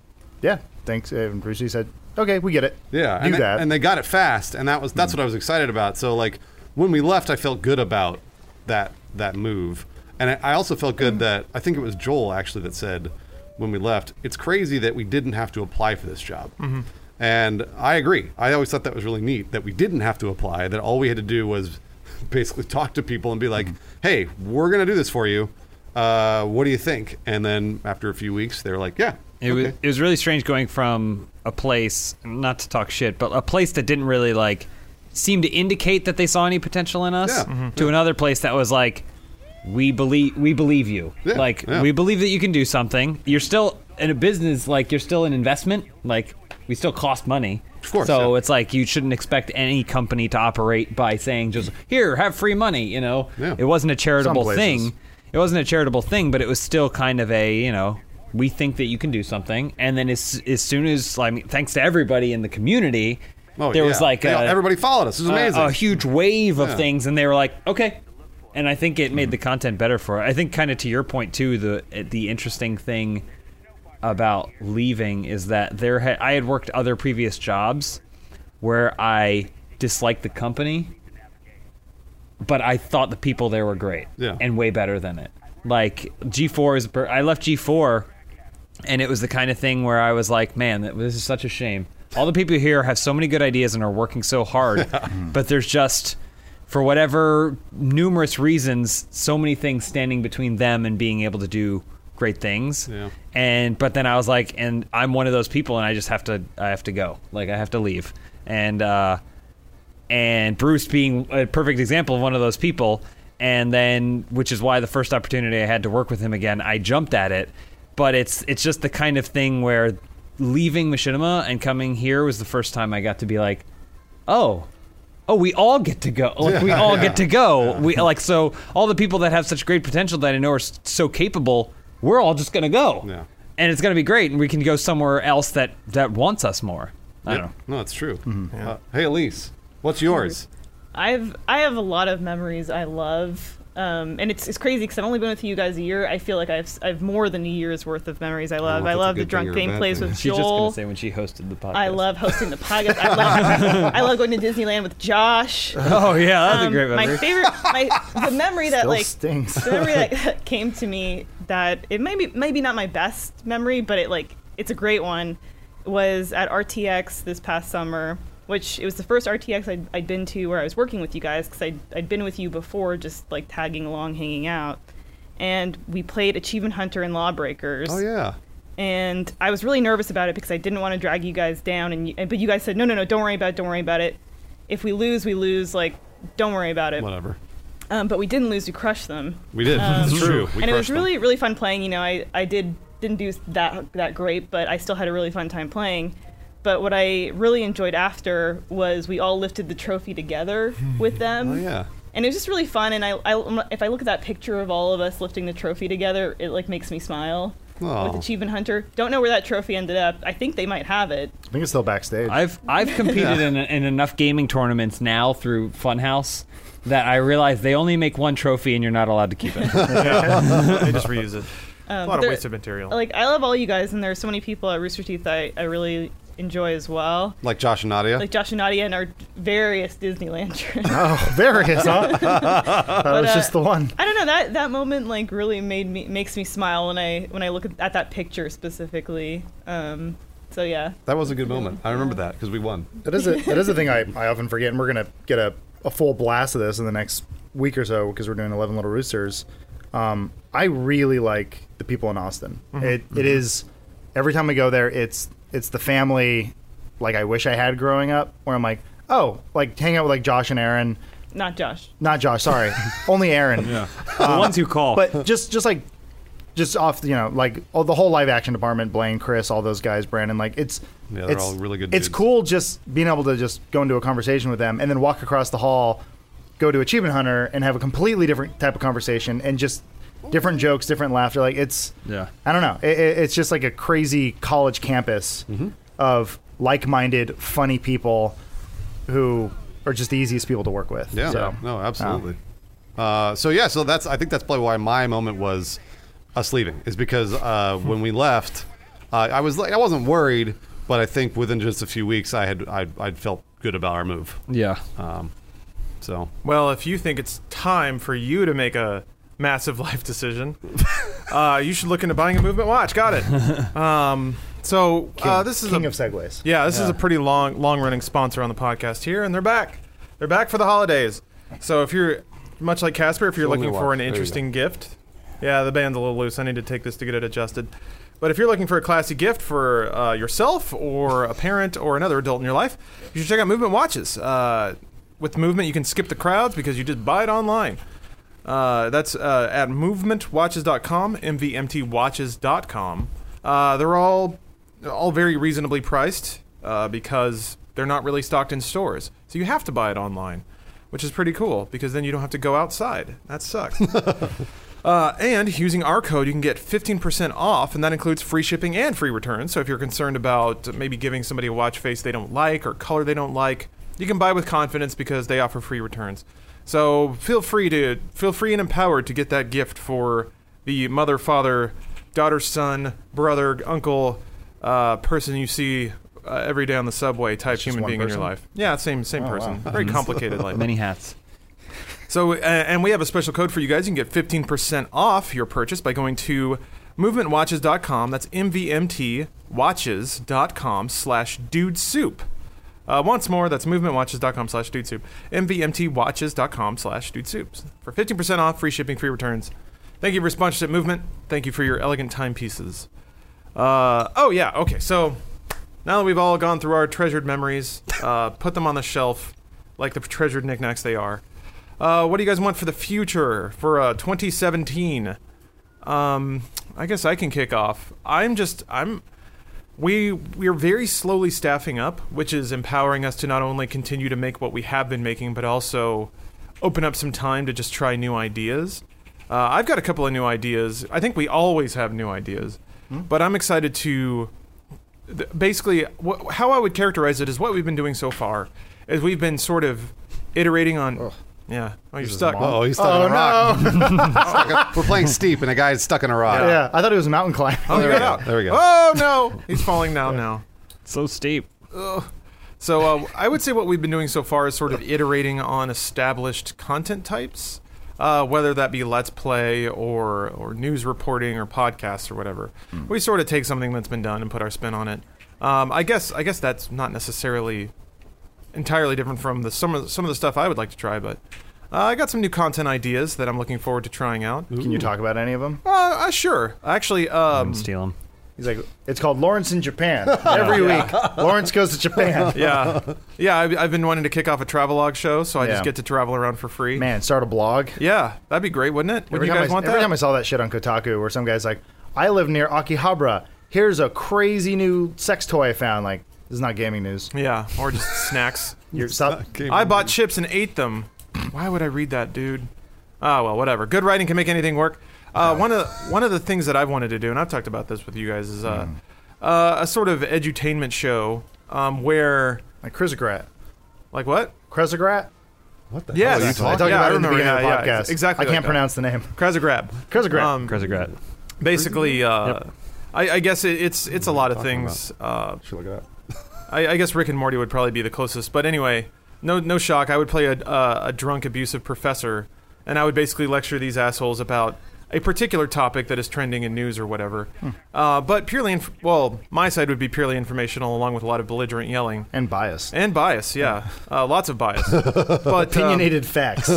yeah, thanks. And Bruce Lee said, okay, we get it. Yeah, do and they, that. and they got it fast, and that was that's Hmm. what I was excited about. So like when we left, I felt good about that that move, and I, I also felt Hmm. good that I think it was Joel actually that said when we left, it's crazy that we didn't have to apply for this job. Mm-hmm. And I agree. I always thought that was really neat that we didn't have to apply. That all we had to do was (laughs) basically talk to people and be Mm-hmm. like, "Hey, we're gonna do this for you. Uh, what do you think?" And then after a few weeks, they were like, "Yeah." It was it was really strange going from a place not to talk shit, but a place that didn't really like seem to indicate that they saw any potential in us Yeah. Mhm. to another place that was like we believe we believe you. Yeah, Like yeah. we believe that you can do something. You're still in a business like you're still an investment. Like we still cost money. Of course, So yeah. it's like you shouldn't expect any company to operate by saying just here have free money, you know. Yeah. It wasn't a charitable places. thing it wasn't a charitable thing, but it was still kind of a you know we think that you can do something, and then as as soon as I mean, thanks to everybody in the community, Oh, there was yeah. like They- a, everybody followed us. It was a- amazing. A, huge wave of Yeah. things, and they were like, okay. And I think it made the content better for it. I think kind of to your point too. The the interesting thing about leaving is that there had I had worked other previous jobs where I disliked the company, but I thought the people there were great Yeah. and way better than it. Like G4 is per- I left G4 and it was the kind of thing where I was like, man, that- this is such a shame. All the people here have so many good ideas and are working so hard, but there's just for whatever numerous reasons, so many things standing between them and being able to do great things. Yeah. And but then I was like, and I'm one of those people, and I just have to, I have to go, like I have to leave, and uh, and Bruce being a perfect example of one of those people. And then, which is why the first opportunity I had to work with him again, I jumped at it. But it's it's just the kind of thing where leaving Machinima and coming here was the first time I got to be like, oh, oh, we all get to go. (laughs) Like we all get to go. We like so all the people that have such great potential that I know are s- so capable. We're all just gonna go. Yeah. And it's gonna be great, and we can go somewhere else that that wants us more. I don't know. No, it's true. Uh, hey, Elise, what's yours? I've I have a lot of memories I love, um, and it's it's crazy because I've only been with you guys a year. I feel like I've s- I've more than a year's worth of memories I love. if Oh, I that's a love the good thing or drunk a game bad plays thing. with She's just gonna Joel. say when she hosted the podcast. I love hosting the podcast. I love I love going to Disneyland with Josh. Oh yeah, that's a Um, great memory. My favorite, my the memory that Still like stings. the memory that, that (laughs) came to me that it may be maybe not my best memory, but it like it's a great one. Was at RTX this past summer, which it was the first RTX I'd, I'd been to where I was working with you guys because I'd, I'd been with you before, just like tagging along, hanging out, and we played Achievement Hunter and Lawbreakers Oh yeah. and I was really nervous about it because I didn't want to drag you guys down. And you, but you guys said, no, no, no, don't worry about it, don't worry about it. If we lose, we lose. Like, don't worry about it. Whatever. Um, but we didn't lose. We crushed them. We did. it's true. We and it was crushed them. really, really fun playing. You know, I, I did didn't do that that great, but I still had a really fun time playing. But what I really enjoyed after was we all lifted the trophy together with them. Oh yeah. And it was just really fun. And I, I, if I look at that picture of all of us lifting the trophy together, it like makes me smile. Aw. With Achievement Hunter, don't know where that trophy ended up. I think they might have it. I think it's still (laughs) backstage. I've I've competed in, in enough gaming tournaments now through Funhouse that I realize they only make one trophy and you're not allowed to keep (laughs) it. they just reuse it. a lot of Um, there- wasted material. Like I love all you guys, and there's so many people at Rooster Teeth I, I really enjoy as well. Like Josh and Nadia. Like Josh and Nadia and our various Disneyland (laughs) trips. oh, there it is. (laughs) Huh? That was uh, just the one. I don't know that that moment like really made me makes me smile when I when I look at, at that picture specifically. Um, so yeah, that was a good moment. I remember that because we won. That is a that is a thing I, I often forget, and we're gonna get a, a full blast of this in the next week or so because we're doing Eleven Little Roosters. Um, I really like the people in Austin. It it is every time I go there, it's it's the family like I wish I had growing up, where I'm like, oh, like hang out with like Josh and Aaron. not Josh. Not Josh, sorry, only Aaron. Yeah. the ones who Oh. call. But just just like just off you know like all the whole live action department blaine chris all those guys brandon like it's Yeah, they're it's all really good it's dudes. cool just being able to just go into a conversation with them and then walk across the hall go to achievement hunter and have a completely different type of conversation and just different jokes different laughter like it's Yeah. i don't know it, it- it's just like a crazy college campus Mm-hmm. of like-minded funny people who are just the easiest people to work with Yeah. so No, absolutely. Uh, so yeah, so that's I think that's probably why my moment was us leaving is because uh, when we left, uh, I was like I wasn't worried, but I think within just a few weeks I had I I felt good about our move. yeah. So Well, if you think it's time for you to make a massive (laughs) life decision, uh, you should look into buying a movement watch. Got it. Um, so uh, this is king a, of segues yeah, this is a pretty long, long-running sponsor on the podcast here, and they're back. They're back for the holidays. So if you're much like Casper, if you're Only looking watch. for an There you go. interesting gift, yeah, the band's a little loose. I need to take this to get it adjusted. But if you're looking for a classy gift for uh, yourself or a parent or another adult in your life, you should check out Movement Watches. Uh, with Movement, you can skip the crowds because you just buy it online. Uh, that's uh, at movementwatches.com, mvmtwatches.com. Uh, they're all all very reasonably priced uh, because they're not really stocked in stores, so you have to buy it online, which is pretty cool because then you don't have to go outside. That sucks. (laughs) Uh, and using our code, you can get 15% off, and that includes free shipping and free returns. So if you're concerned about maybe giving somebody a watch face they don't like or color they don't like, you can buy with confidence because they offer free returns. So feel free to feel free and empowered to get that gift for the mother, father, daughter, son, brother, uncle, uh, person you see uh, every day on the subway type human one being in person? Oh, your life. Yeah, same same person. Very (laughs) complicated life. Many hats. So, uh, and we have a special code for you guys. You can get 15% off your purchase by going to movementwatches.com. That's mvmtwatches.com slash dude soup. Uh, once more, that's movementwatches.com slash dude soup. mvmtwatches.com slash dude soup. For 15% off, free shipping, free returns. Thank you for your sponsorship, Movement. Thank you for your elegant timepieces. Uh, oh, yeah, okay. So now that we've all gone through our treasured memories, uh, put them on the shelf, like the treasured knickknacks they are. Uh, what do you guys want for the future for uh, 2017? Um, I guess I can kick off. I'm just I'm we we're very slowly staffing up, which is empowering us to not only continue to make what we have been making, but also open up some time to just try new ideas. Uh, I've got a couple of new ideas. I think we always have new ideas, but I'm excited to th- basically wh- how I would characterize it is what we've been doing so far is we've been sort of iterating on. Yeah. Oh, you're stuck. Oh, he's stuck in a rock. (laughs) Stuck in- We're playing steep, and a guy's stuck in a rock. Yeah, I thought it was mountain climbing. Oh, there There we we go. go. There we go. Oh no, he's falling down now. So steep. So uh, I would say what we've been doing so far is sort of iterating on established content types, uh, whether that be Let's Play or or news reporting or podcasts or whatever. Hmm. We sort of take something that's been done and put our spin on it. Um, I guess I guess that's not necessarily entirely different from the some of the, some of the stuff I would like to try, but. Uh, I got some new content ideas that I'm looking forward to trying out. Uh, Can you talk about any of them? uh, sure. Actually, um, Hmm. Steal him. He's like, it's called Lawrence (laughs) in Japan. Every week, Lawrence goes to Japan. (laughs) yeah, yeah. I've, I've been wanting to kick off a travelogue show, so I Yeah. just get to travel around for free. Man, start a blog. Yeah, that'd be great, wouldn't it? Would Every you time guys I, want every that? time I saw that shit on Kotaku, where some guy's like, "I live near Akihabara. Here's a crazy new sex toy I found." Like, this is not gaming news. yeah, or (laughs) just snacks. You're stop. I bought chips and ate them. Why would I read that, dude? Ah, well, whatever. Good writing can make anything work. Uh, one of one of the things that I've wanted to do, and I've talked about this with you guys, is Hmm. uh, uh, a sort of edutainment show um, where, Like Chrysograt. like, what? Chrysograt. What the Yes. hell are you That's I right. talking talked Yeah, about I it in the remember. beginning Yeah, of the yeah, podcast. ex- exactly I like can't that. pronounce the name. Crazograb. Chrysograb. Um, Regret. basically, uh, I, I guess it, it's it's a lot of things. Uh, Should look it up. I, I guess Rick and Morty would probably be the closest. But anyway, no no shock. I would play a, uh, a drunk, abusive professor, and I would basically lecture these assholes about a particular topic that is trending in news or whatever. Uh, but purely, inf- well, my side would be purely informational, along with a lot of belligerent yelling And biased. and um, bias. Yeah, uh, lots of bias. but um, (laughs) Opinionated facts.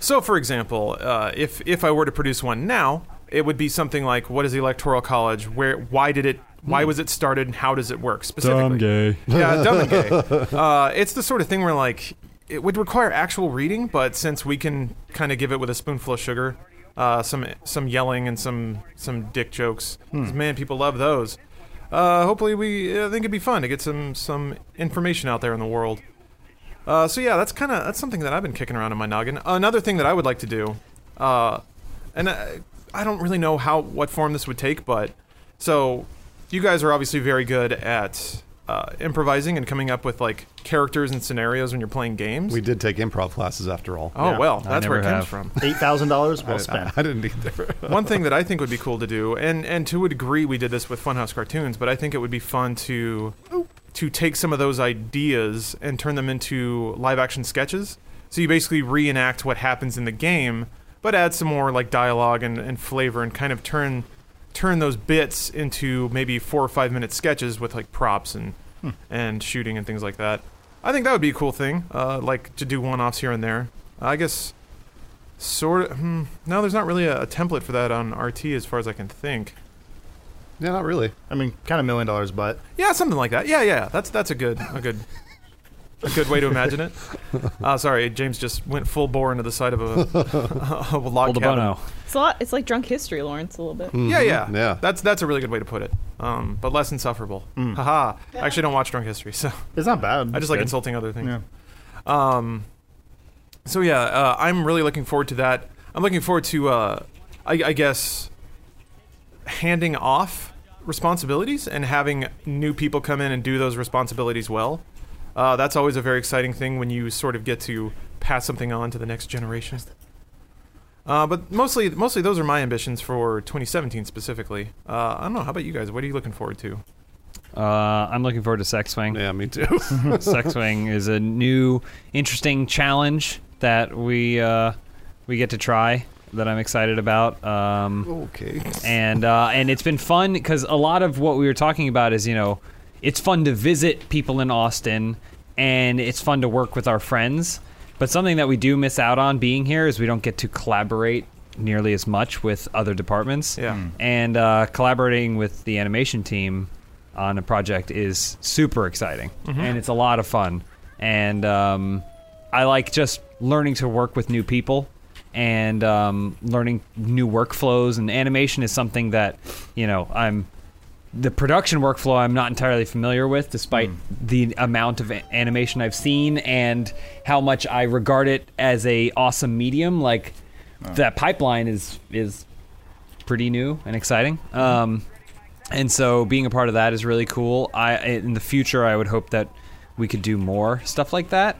so, for example, uh, if if I were to produce one now, it would be something like, "What is the Electoral College? Where? Why did it? Why was it started? And how does it work?" Specifically, Hmm. dumb gay. Yeah, dumb and (laughs) gay. Uh, it's the sort of thing where like it would require actual reading, but since we can kind of give it with a spoonful of sugar, uh, some some yelling and some some dick jokes. 'Cause, Man, people love those. Uh, hopefully, we I think it'd be fun to get some some information out there in the world. Uh, so yeah, that's kind of that's something that I've been kicking around in my noggin. Another thing that I would like to do, uh, and I, I don't really know how what form this would take, but so you guys are obviously very good at uh, improvising and coming up with like characters and scenarios when you're playing games. We did take improv classes after all. oh yeah. well, that's where it never comes have. from. Eight thousand dollars well spent. (laughs) I didn't either. One thing that I think would be cool to do, and and to a degree we did this with Funhouse Cartoons, but I think it would be fun to to take some of those ideas and turn them into live action sketches. So you basically reenact what happens in the game, but add some more like dialogue and, and flavor and kind of turn turn those bits into maybe four or five minute sketches with like props and and shooting and things like that. I think that would be a cool thing, uh, like to do one offs here and there. I guess Sort of. Hmm, no, there's not really a, a template for that on RT as far as I can think. Yeah, not really. I mean, kind of million dollars, but Yeah, something like that. Yeah, yeah. That's that's a good a good a good way to imagine it. Uh, sorry, James just went full bore into the side of a, (laughs) a log Hold the cabin. bono. It's a lot. It's like drunk history, Lawrence, a little bit. Yeah, yeah, Yeah. That's that's a really good way to put it. Um, but less insufferable. Haha. I actually don't watch Drunk History, (laughs) so it's not bad. I just like insulting other things. Yeah. Um, so yeah, uh, I'm really looking forward to that. I'm looking forward to, uh, I, I guess, handing off responsibilities and having new people come in and do those responsibilities well. Uh, that's always a very exciting thing when you sort of get to pass something on to the next generation. Uh, but mostly, mostly those are my ambitions for 2017 specifically. Uh, I don't know. How about you guys? What are you looking forward to? Uh, I'm looking forward to Sex Swing. Yeah, me too. Sex Wing is a new, interesting challenge that we uh, we get to try that I'm excited about. Um, okay. and uh, and it's been fun because a lot of what we were talking about is you know it's fun to visit people in Austin and it's fun to work with our friends. But something that we do miss out on being here is we don't get to collaborate nearly as much with other departments. Yeah. Mm. And uh, collaborating with the animation team on a project is super exciting and it's a lot of fun. And um, I like just learning to work with new people and um, learning new workflows. And animation is something that you know I'm the production workflow I'm not entirely familiar with, despite the amount of a- animation I've seen and how much I regard it as a awesome medium. Like that pipeline is is pretty new and exciting. Um, and so being a part of that is really cool. I in the future I would hope that we could do more stuff like that.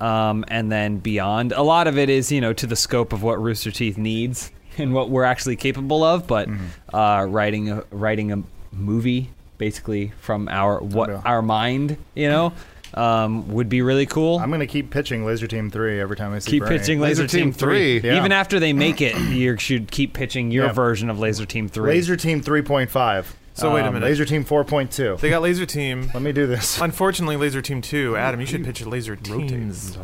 Um, and then beyond, a lot of it is you know to the scope of what Rooster Teeth needs (laughs) and what we're actually capable of. But Mm-hmm. uh, writing a, writing a movie basically from our what Okay. our mind you know um, would be really cool. I'm gonna keep pitching Laser Team Three every time I see. keep Bernie. pitching Laser Laser, Team Team Three, Three, yeah. even after they make it. You should keep pitching your Yeah. version of Laser Team Three. Laser Team 3.5. So wait a Um, minute. Laser Team 4.2. They got Laser Team. Let me do this. Unfortunately, Laser Team 2. Adam, you should pitch a Laser Teams.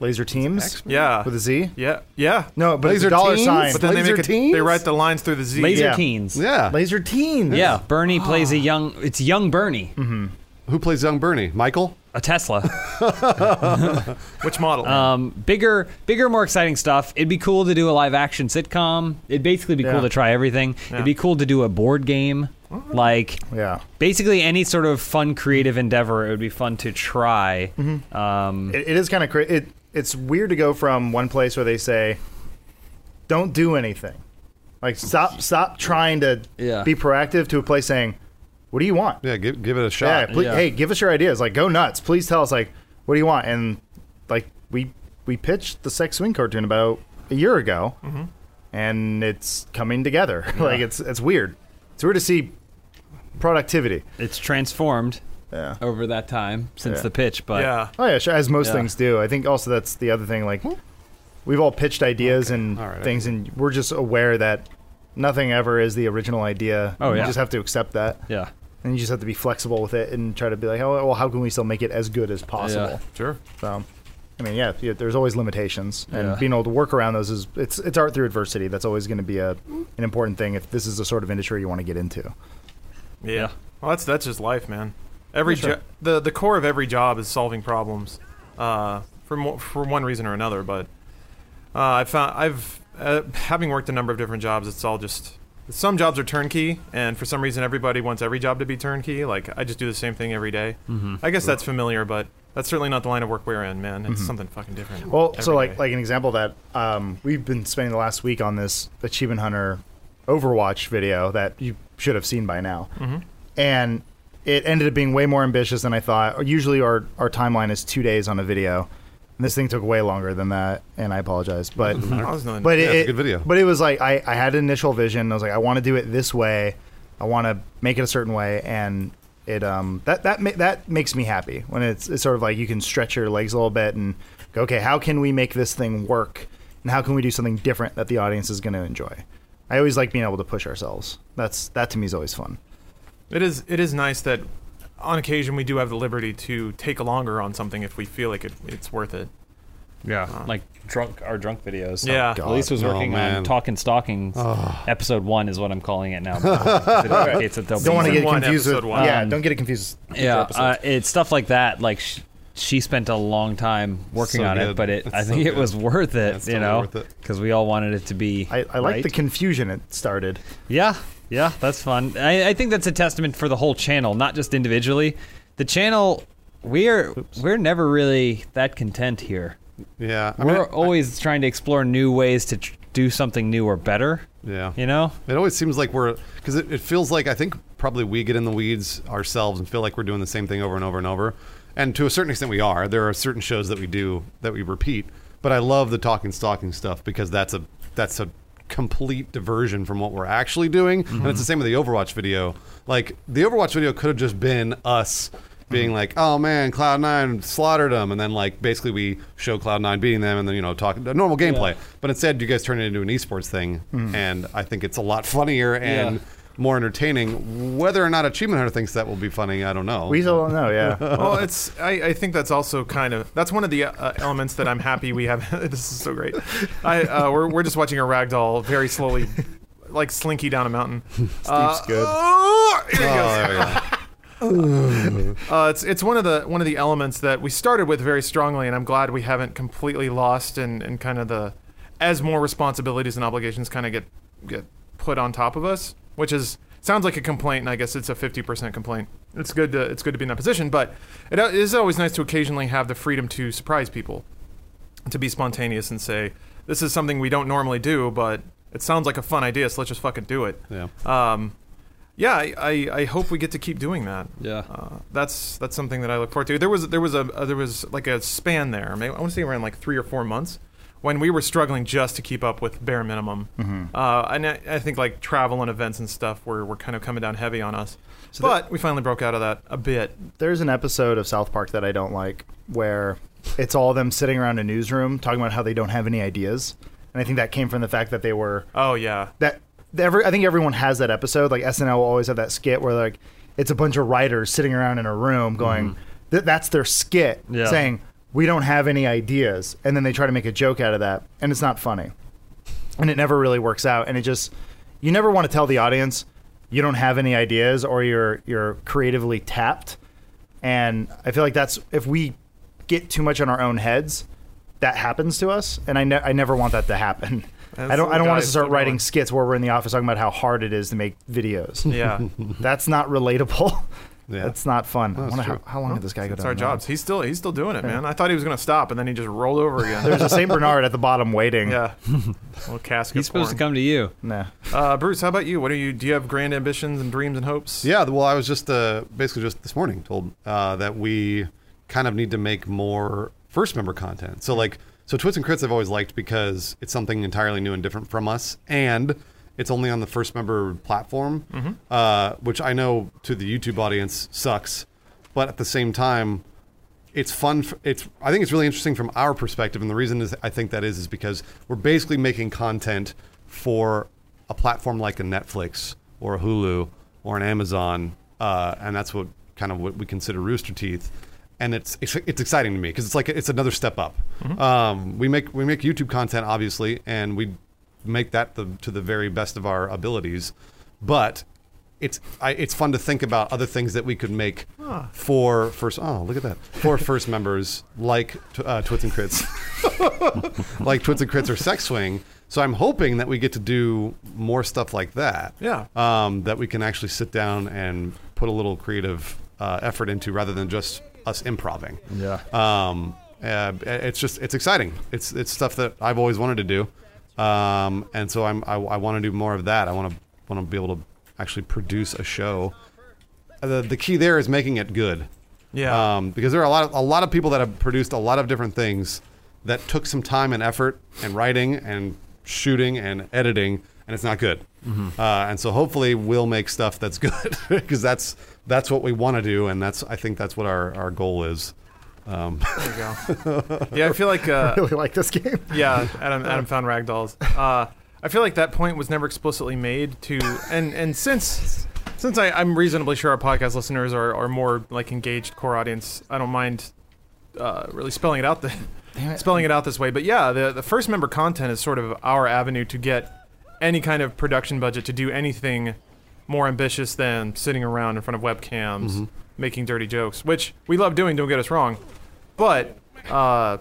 Laser Teams Yeah. with a Z. Yeah. Yeah. No, but Laser it's a dollar Teams? sign. But then they Laser make it, Teams? they write the lines through the Z. Laser Yeah. Teens. Yeah. Laser Teens. Yeah, Bernie plays a young. It's young Bernie, Mm-hmm. Who plays young Bernie? Michael? a Tesla. Which model? Um, bigger, bigger, more exciting stuff. It'd be cool to do a live action sitcom. It'd basically be Yeah. cool to try everything. It'd be cool to do a board game. Like Yeah. basically any sort of fun creative endeavor. It would be fun to try. Mm-hmm. Um, It, it is kind of crazy. It, it's weird to go from one place where they say, "Don't do anything," like stop, stop trying to Yeah. be proactive, to a place saying, "What do you want?" Yeah, give, give it a Yeah, shot. please, Yeah. hey, give us your ideas. Like, go nuts. Please tell us, like, what do you want? And like, we we pitched the Sex Swing cartoon about a year ago, Mm-hmm. and it's coming together. (laughs) like, it's it's weird. It's weird to see productivity. it's transformed Yeah. over that time since Yeah. the pitch, but yeah. Oh yeah, sure. As most Yeah. Hmm. things do. I think also that's the other thing. Like, we've all pitched ideas and All right, things, and we're just aware that nothing ever is the original idea. Oh, You yeah. just have to accept that, yeah, and you just have to be flexible with it and try to be like, oh, well, how can we still make it as good as possible? Yeah. Sure. So, I mean, yeah, yeah, there's always limitations, and Yeah. being able to work around those is it's it's art through adversity. That's always going to be a an important thing if this is the sort of industry you want to get into. Yeah. Well, that's that's just life, man. Every jo- the the core of every job is solving problems, uh, for mo- for one reason or another. But uh, I found I've uh, having worked a number of different jobs, it's all just some jobs are turnkey, and for some reason everybody wants every job to be turnkey. Like I just do the same thing every Mm-hmm. I guess that's familiar, but that's certainly not the line of work we're in, man. It's something fucking different. Mm-hmm. Well, so every like day. like an example of that um, we've been spending the last week on this achievement hunter Overwatch video that you should have seen by now, Mm-hmm. and it ended up being way more ambitious than I thought. Usually our our timeline is two days on a video, and this thing took way longer than that, and I apologize, but I was not- but Yeah, it, it's a good video. But it was like I, I had an initial vision. I was like, I want to do it this way. I want to make it a certain way, and it um that that ma- that makes me happy when it's it's sort of like you can stretch your legs a little bit and go, okay, how can we make this thing work, and how can we do something different that the audience is going to enjoy? I always like being able to push ourselves. That's that to me is always fun. It is it is nice that on occasion we do have the liberty to take longer on something if we feel like it, it's worth it. yeah, like drunk our drunk videos. yeah. God. Elise was Oh, working man. on Talking Stockings. Episode one is what I'm calling (laughs) it now. because it indicates that there'll be Don't want to Season get one, confused with episode one. yeah. Um, Don't get it confused. with future yeah, episodes. uh, it's stuff like that. Like sh- she spent a long time working So on good. it, but it, It's I so think it good. was worth it. it's you totally know, worth it. because we all wanted it to be. I, I like right? the confusion it started. Yeah, yeah, that's fun. I, I think that's a testament for the whole channel, not just individually. The channel, we're we're never really that content here. Yeah. I mean, We're always trying to explore new ways to tr- do something new or better. yeah. You know, It always seems like we're because it, it feels like I think probably we get in the weeds ourselves and feel like we're doing the same thing over and over and over. And to a certain extent, we are. There are certain shows that we do that we repeat. But I love the talking stalking stuff because that's a that's a complete diversion from what we're actually doing. And it's the same with the Overwatch video. Like the Overwatch video could have just been us being like, "Oh man, Cloud Nine slaughtered them," and then like basically we show Cloud Nine beating them, and then you know talk normal gameplay. But instead, you guys turn it into an esports thing, and I think it's a lot funnier and Yeah. more entertaining. Whether or not Achievement Hunter thinks that will be funny, I don't know. We still don't know. Yeah. (laughs) well, it's I, I think that's also kind of that's one of the uh, elements that I'm happy we have. (laughs) this is so great. I uh, we're we're just watching a ragdoll very slowly, like slinky down a mountain. Steve's good. Oh, here he Oh, goes. there we go. Uh, it's it's one of the one of the elements that we started with very strongly, and I'm glad we haven't completely lost. And and kind of the as more responsibilities and obligations kind of get get put on top of us, which is sounds like a complaint, and I guess it's a 50% complaint. It's good to it's good to be in that position, but it is always nice to occasionally have the freedom to surprise people, to be spontaneous and say this is something we don't normally do, but it sounds like a fun idea, so let's just fucking do it. Yeah. Um, yeah, I, I, I hope we get to keep doing that. Yeah. uh, that's that's something that I look forward to. There was there was a uh, there was like a span there. I, mean, I want to say around like three or four months when we were struggling just to keep up with bare minimum. Uh, and I, I think like travel and events and stuff were, were kind of coming down heavy on us. but we finally broke out of that a bit. there's an episode of South Park that I don't like where it's all them sitting around a newsroom talking about how they don't have any ideas. And I think that came from the fact that they were Oh yeah. that every I think everyone has that episode. Like SNL will always have that skit where like it's a bunch of writers sitting around in a room going Mm-hmm. "Th- that's their skit Yeah. saying we don't have any ideas and then they try to make a joke out of that and it's not funny. And it never really works out and it just you never want to tell the audience you don't have any ideas or you're you're creatively tapped. And I feel like that's if we get too much on our own heads, that happens to us, and I, ne- I never want that to happen. That's I don't. I don't want us guys, to start don't writing want- skits where we're in the office talking about how hard it is to make videos. Yeah. That's not relatable. (laughs) Yeah. That's not fun. I wonder how, true. how long did this guy go it's down? our the jobs. He's still he's still doing it, man. I thought he was gonna stop and then he just rolled over line? again. There's a Saint Bernard at the bottom waiting. yeah. Little casket. He's supposed to porn. come to you. Nah. Uh, Bruce, how about you? What are you? Do you have grand ambitions and dreams and hopes? Yeah, well, I was just uh, basically just this morning told uh, that we kind of need to make more first member content. So like, so Twits and Crits I've always liked because it's something entirely new and different from us, and it's only on the first member platform, uh, which I know to the YouTube audience sucks, but at the same time, it's fun. f it's I think it's really interesting from our perspective, and the reason is I think that is is because we're basically making content for a platform like a Netflix or a Hulu or an Amazon, uh, and that's what kind of what we consider Rooster Teeth, and it's it's, it's exciting to me because it's like it's another step up. Um, we make we make YouTube content obviously, and we make that the, to the very best of our abilities, but it's I, it's fun to think about other things that we could make for first. Oh, look at that! For first members like tw- uh, Twits and Crits, (laughs) like Twits and Crits or Sex Swing. So I'm hoping that we get to do more stuff like that. Yeah. Um, that we can actually sit down and put a little creative uh, effort into rather than just us improving. Yeah. Um, uh, it's just it's exciting. It's it's stuff that I've always wanted to do, um, and so I'm I, I want to do more of that. I want to want to be able to actually produce a show. Uh, The, the key there is making it good. Yeah. Um, because there are a lot of a lot of people that have produced a lot of different things that took some time and effort and writing and shooting and editing, and it's not good. Uh, and so hopefully we'll make stuff that's (laughs) good because that's that's what we want to do, and that's I think that's what our, our goal is. Um, There you go. yeah, I feel like uh, (laughs) (laughs) Really like this game. yeah, Adam Adam found ragdolls. Uh, I feel like that point was never explicitly made to, and and since since I, I'm reasonably sure our podcast listeners are, are more like engaged core audience, I don't mind uh, really spelling it out the spelling it out this way. But yeah, the the first member content is sort of our avenue to get any kind of production budget to do anything more ambitious than sitting around in front of webcams making dirty jokes, which we love doing. Don't get us wrong, but. Uh,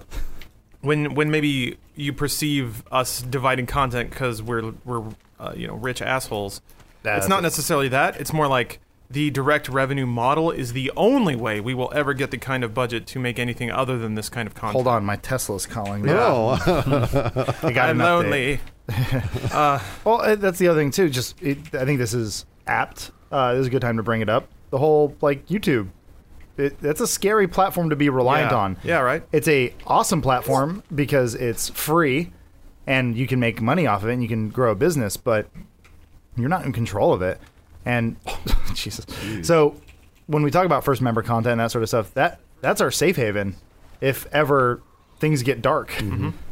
when when maybe you perceive us dividing content because we're we're uh, you know rich assholes. it's not necessarily that. It's more like the direct revenue model is the only way we will ever get the kind of budget to make anything other than this kind of content. Hold on, my Tesla's calling. oh, I got I'm an update. lonely. Well, uh, that's the other thing too. Just it, I think this is apt. Uh, this is a good time to bring it up. The whole like YouTube, it, that's a scary platform to be reliant Yeah. on. Yeah, right. It's a awesome platform because it's free, and you can make money off of it, and you can grow a business. But you're not in control of it. And (laughs) oh, Jesus. So when we talk about first member content and that sort of stuff, that that's our safe haven if ever things get dark.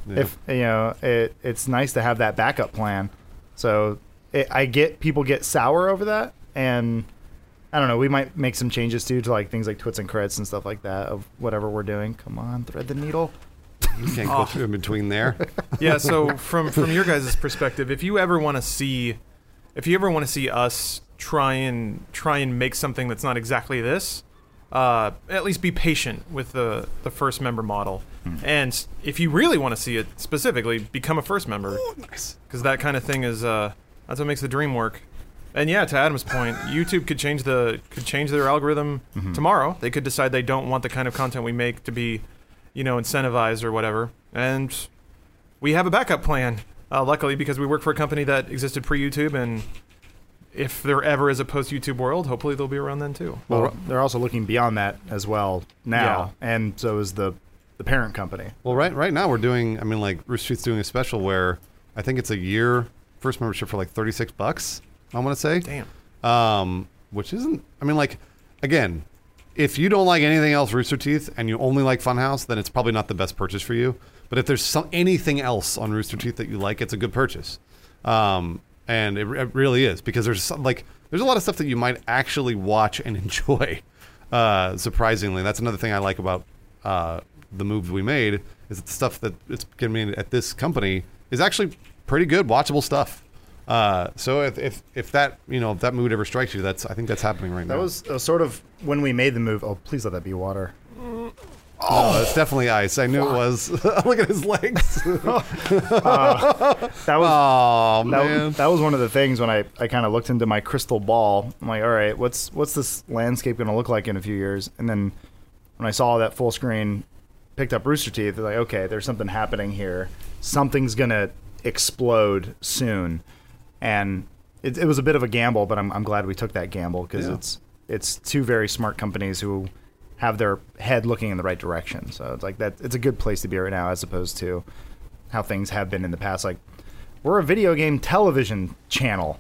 If you know, it it's nice to have that backup plan. So it, I get people get sour over that and I don't know. We might make some changes too to like things like twits and creds and stuff like that of whatever we're doing. Come on, thread the needle. you can't go through in between there. yeah. So from from your guys' perspective, if you ever want to see, if you ever want to see us try and try and make something that's not exactly this. Uh, at least be patient with the the first member model, and s- if you really want to see it specifically, become a first member Nice. because that kind of thing is uh, that's what makes the dream work. And yeah, to Adam's point, YouTube could change the could change their algorithm tomorrow. They could decide they don't want the kind of content we make to be, you know, incentivized or whatever. And we have a backup plan. Uh, luckily, because we work for a company that existed pre YouTube, and if there ever is a post YouTube world, hopefully they'll be around then too. Well, they're also looking beyond that as well now, and so is the the parent company. Well, right right now we're doing. I mean, like Rooster Teeth's doing a special where I think it's a year first membership for like thirty six bucks. I want to say. Damn. Um, which isn't. I mean, like again, if you don't like anything else Rooster Teeth and you only like Funhouse, then it's probably not the best purchase for you. But if there's some anything else on Rooster Teeth that you like, it's a good purchase. Um, and it, it really is because there's some, like there's a lot of stuff that you might actually watch and (laughs) enjoy. Uh, surprisingly, that's another thing I like about uh, the moves we made is that the stuff that it's getting made at this company is actually pretty good, watchable stuff. Uh, so if, if if that you know if that mood ever strikes you, that's I think that's happening right That now. was uh, sort of when we made the move. Oh, please let that be water. uh, oh, it's definitely ice. I knew it was. (laughs) Look at his (laughs) legs. That was oh that, man. that was one of the things when I, I kind of looked into my crystal ball. I'm like, all right, what's what's this landscape going to look like in a few years? And then when I saw that full screen, picked up Rooster Teeth. They're like, okay, there's something happening here. Something's going to explode soon. And it, it was a bit of a gamble, but I'm, I'm glad we took that gamble because Yeah. it's it's two very smart companies who have their head looking in the right direction. So it's like that. It's a good place to be right now, as opposed to how things have been in the past. Like we're a video game television channel.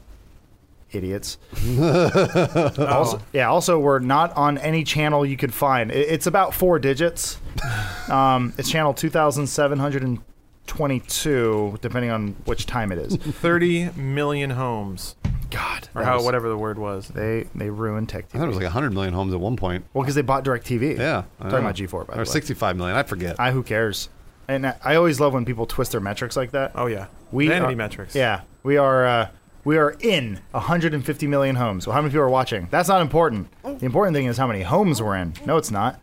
(laughs) Idiots. also, yeah, also, we're not on any channel you could find. It- It's about four digits. Um, it's channel 2722, depending on which time it (laughs) is. Thirty million homes, God. or that how was- whatever the word was. They, they ruined Tech I thought it was like 100 million homes at one point. Well, because they bought DirecTV. Yeah. I Talking know. about G4, by the Or way. 65 million. I forget. I, who cares? And I, I always love when people twist their metrics like that. Oh yeah, We vanity are- metrics. Yeah, we are. Uh, we are in 150 million homes. Well, how many people are watching? That's not important. The important thing is how many homes we're in. No, it's not.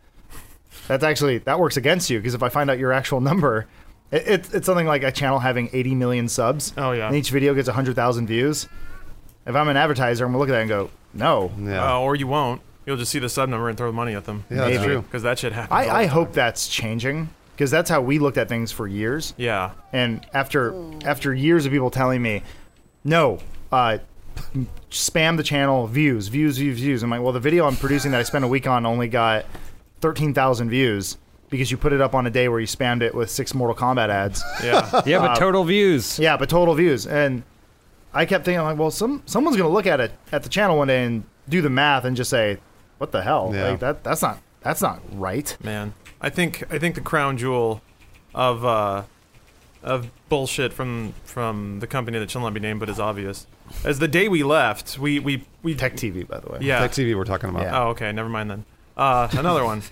That's actually that works against you because if I find out your actual number, it, it's it's something like a channel having 80 million subs. Oh, yeah. And each video gets 100,000 views. If I'm an advertiser, I'm gonna look at that and go, no. yeah. Uh, or you won't. You'll just see the sub number and throw money at them. yeah, that's maybe. true. Because that shit happens. all I, I the hope time. that's changing because that's how we looked at things for years. Yeah. and after after years of people telling me, no, uh, spam the channel views, views, views, views. I'm like, well, the video I'm producing that I spent a week on only got thirteen thousand views because you put it up on a day where you spammed it with six Mortal (laughs) Kombat ads. (laughs) Yeah. Yeah, Uh, but total views. yeah, but total views. And I kept thinking like, well, some someone's gonna look at it at the channel one day and do the math and just say, what the hell? Yeah. Like that that's not that's not right. Man, I think I think the crown jewel of uh, of bullshit from from the company that shall not be named, but is obvious, is the day we left. We we we Tech TV, by the way. Yeah. Tech TV we're talking about. Yeah. Oh, okay. Never mind then. Uh, another (laughs) one.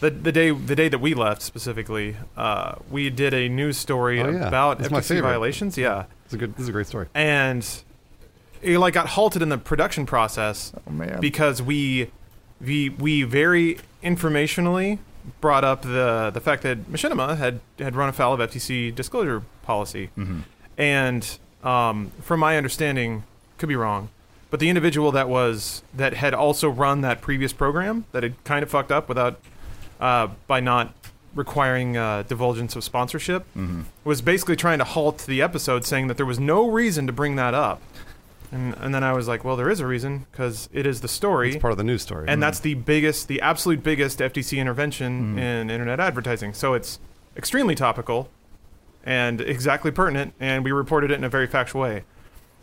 The, the day the day that we left specifically, uh, we did a news story Oh, yeah. about That's my FTC favorite. violations. Yeah, It's a good. This is a great story. and it like got halted in the production process Oh, Oh. man. because we we we very informationally brought up the the fact that Machinima had had run afoul of FTC disclosure policy, and um, from my understanding, could be wrong, but the individual that was that had also run that previous program that had kind of fucked up without uh, by not requiring uh, divulgence of sponsorship was basically trying to halt the episode, saying that there was no reason to bring that up. And, and then I was like, well, there is a reason because it is the story, It's part of the Mm-hmm. news story. and that's the biggest, the absolute biggest FTC intervention in internet advertising. So it's extremely topical and exactly pertinent, and we reported it in a very factual way.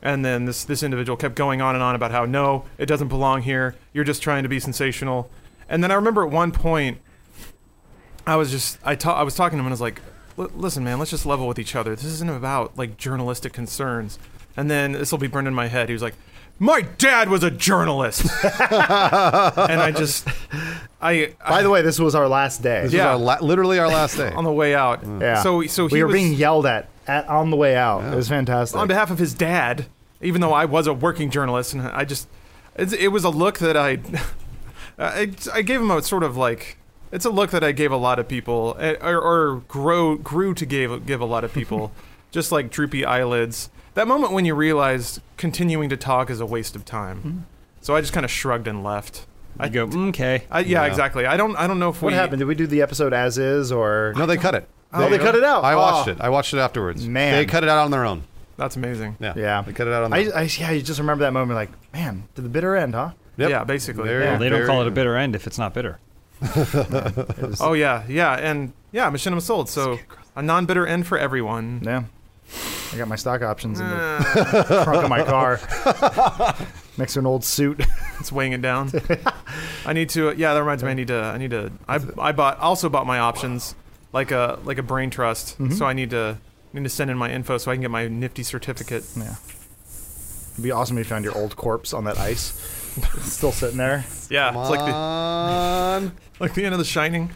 And then this this individual kept going on and on about how no, it doesn't belong here. You're just trying to be sensational. And then I remember at one point, I was just I ta- I was talking to him and I was like, "Li- listen, man, let's just level with each other. This isn't about like journalistic concerns. And then this will be burned in my head. He was like, my dad was a journalist, and I just I, I By the way, this was our last day. This is yeah. our la- literally our (laughs) last day. on the way out. Yeah. So so he we were was, being yelled at, at on the way out. It was fantastic. on behalf of his dad, even though I was a working journalist, and I just It's, it was a look that I, (laughs) I, I gave him a sort of like. It's a look that I gave a lot of people, eh, or, or grow grew to give give a lot of people, just like droopy eyelids. That moment when you realize continuing to talk is a waste of time. So I just kind of shrugged and left. I I go, "Mm, okay. I, yeah, Yeah. exactly. I don't I don't know if What we happened? Did we do the episode as is or? No, they cut it. Oh, they cut it out. I watched Oh. it. I watched it afterwards. Man. they cut it out on their own. That's amazing. Yeah, Yeah. they cut it out on their I, I yeah, you just remember that moment, like, man, to the bitter end, huh? Yep. Yeah, basically. Very- Well, they don't call it very- a bitter end if it's not bitter. Oh yeah, yeah, and yeah, Machinima sold. So a non-bitter end for everyone. Ah. Yeah. I got my stock options in the trunk of my car, next to an old suit. (laughs) It's weighing it down. I need to. Yeah, that reminds me. I need to. I need to. I, I bought also bought my options like a like a brain trust. So I need to need to send in my info so I can get my nifty certificate. Yeah. It'd be awesome if you found your old corpse on that ice, (laughs) It's still sitting there. Yeah, Come it's like the (laughs) on. like the end of The Shining.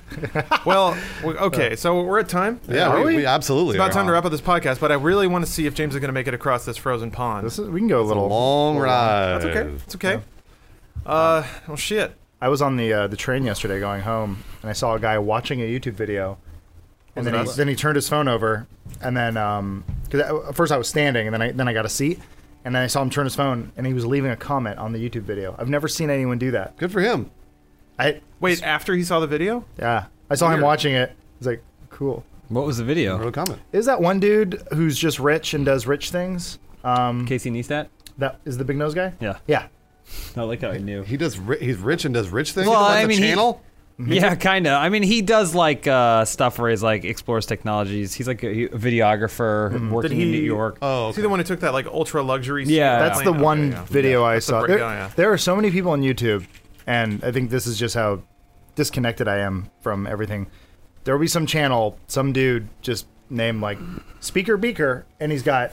well, we- okay, so we're at time. yeah, Are we, we? we absolutely. It's about time to wrap up this podcast, but I really want to see if James is going to make it across this frozen pond. This is, we can go a A little long ride. That's okay. It's okay. Uh, well, shit. I was on the uh, the train yesterday going home, and I saw a guy watching a YouTube video, and Was it then he, us? then he turned his phone over, and then um, cause I, at first I was standing, and then I then I got a seat, and then I saw him turn his phone, and he was leaving a comment on the YouTube video. I've never seen anyone do that. Good for him. I Wait, after he saw the video? yeah, I saw him Weird. watching it. It's like cool. What was the Real video? comment. Is that one dude who's just rich and does rich things? Um, Casey Neistat? that is the big nose guy. Yeah. Yeah, No, like how I knew. He does. Ri- he's rich and does rich things. Well, He runs I a mean, he- channel. Yeah, kind of. I mean, he does like uh, stuff where he's like explores technologies. He's like a he- videographer Mm-hmm. working Did in he- New York. oh, Is he the one who took that like ultra luxury? Yeah. suite That's the plane? one Okay, yeah. video I That's the saw. break- there, yeah, yeah. there are so many people on YouTube, and I think this is just how disconnected I am from everything. There will be some channel, some dude just named like Speaker Beaker, and he's got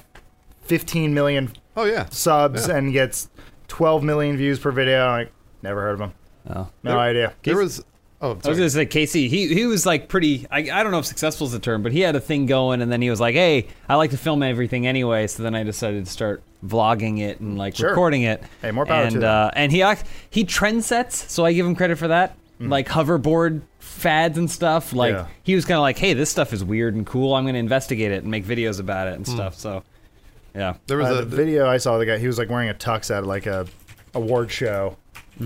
15 million Oh yeah. subs Yeah. and gets 12 million views per video. I'm like, never heard of him. Oh. No idea. There was. Oh, I was sorry. gonna say Casey. He he was like pretty. I, I don't know if successful is the term, but he had a thing going, and then he was like, "Hey, I like to film everything anyway." So then I decided to start vlogging it and like Sure. recording it. Hey, more power to and, that. Uh, and he act- he trend sets, so I give him credit for that. Like hoverboard fads and stuff. Like Mm-hmm. Yeah. he was kind of like, "Hey, this stuff is weird and cool. I'm gonna investigate it and make videos about it and Hmm. stuff." So, yeah. there was Uh, a the video I saw, the guy he was like wearing a tux at like a award show.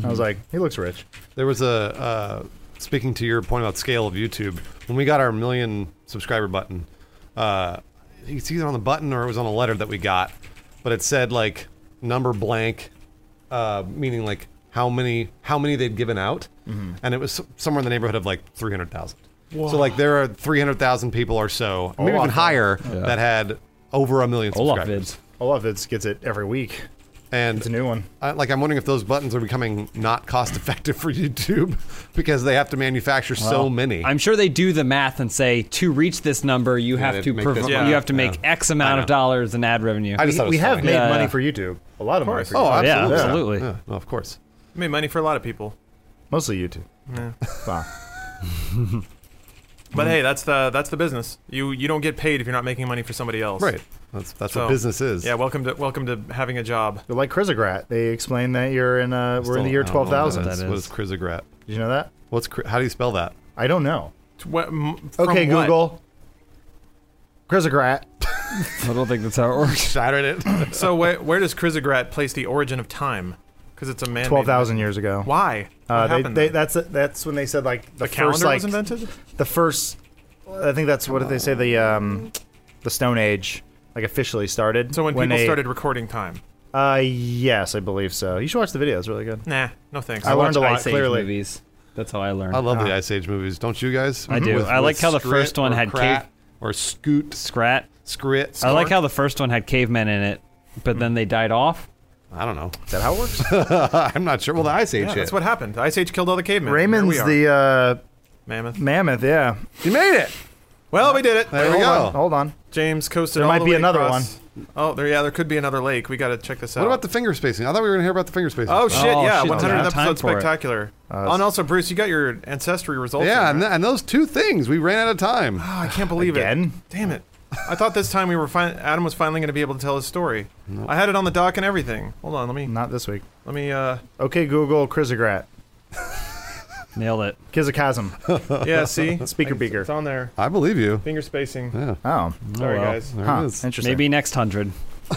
I was like, he looks rich. There was a uh, speaking to your point about scale of YouTube. When we got our million subscriber button, uh, it's either on the button or it was on a letter that we got, but it said like number blank, uh, meaning like how many how many they'd given out, Mm-hmm. and it was s- somewhere in the neighborhood of like three hundred thousand. So like there are three hundred thousand people or so, maybe even Olaf. higher, that had over a million Olaf subscribers. vids. Olaf Vids gets it every week. And It's a new one. I, like I'm wondering if those buttons are becoming not cost effective for (laughs) YouTube because they have to manufacture so many. I'm sure they do the math and say to reach this number, you have they'd to make prov- this much. you have to make Yeah. X amount I of know. dollars in ad revenue. I just thought it We, was we have funny. made Yeah, money yeah. for YouTube. A lot of money for YouTube. oh, Yeah, absolutely. absolutely. Yeah, no, of course. Made money for a lot of people. Mostly YouTube. (laughs) Wow. Mm. But hey, that's the that's the business. You you don't get paid if you're not making money for somebody else. Right. That's that's So- what business is. Yeah. Welcome to welcome to having a job. But like Chrysograt, they explain that you're in uh we're in the year Still, I don't twelve know what thousand. that is. That What is. is Chrysograt? Did you know that? What's Chri- how do you spell that? I don't know. Tw- m- from Okay, what? Google. Chrysograt. I don't think that's how it works. Shattered it. So where where does Chrysograt place the origin of time? Because it's a man. Twelve thousand years ago. Why? What Uh, they, happened they, then? that's that's when they said like the, the first calendar like was invented. the first. I think that's what did they say the um, the Stone Age like officially started. So when, people they- started recording time. Uh, yes, I believe so. You should watch the video; it's really good. Nah. No thanks. I learned a lot. Ice Age clearly, movies. That's how I learned. I love the Ice Age movies, don't you guys? I do. I like how the Skrit first one or had Krat cave- or Scoot Scrat. Scrit. I like Scork? how the first one had cavemen in it, but then they died off. I don't know. (laughs) Is that how it works? I'm not sure. Well, the Ice Age. yeah, hit. that's what happened. Ice Age killed all the cavemen. Here we Raymond's are. the uh, mammoth. mammoth. Yeah. you made it. Well, we did it. There we hold go. on. Hold on. James coasted. There all might the be way another across. Oh, there. Yeah, there could be another lake. We got to check this out. What about the finger spacing? I thought we were gonna hear about the finger spacing. Oh shit! Oh, yeah, shit, 100 yeah. Time episode for it. spectacular. that's- oh, and also, Bruce, you got your ancestry results. Yeah, in and, there. th- and those two things, we ran out of time. oh, I can't believe Again? it. Damn it! I thought this time we were fin- Adam was finally going to be able to tell his story. I had it on the dock and everything. Hold on, let me Not this week. let me uh Okay, Google Krizagrat. Nailed it. (laughs) Kizakasm. yeah, see? Speaker It's- beaker. It's on there. I believe you. Finger spacing. Oh. Sorry Oh, well. guys. There Huh, it is. Interesting. Maybe next hundred. (laughs)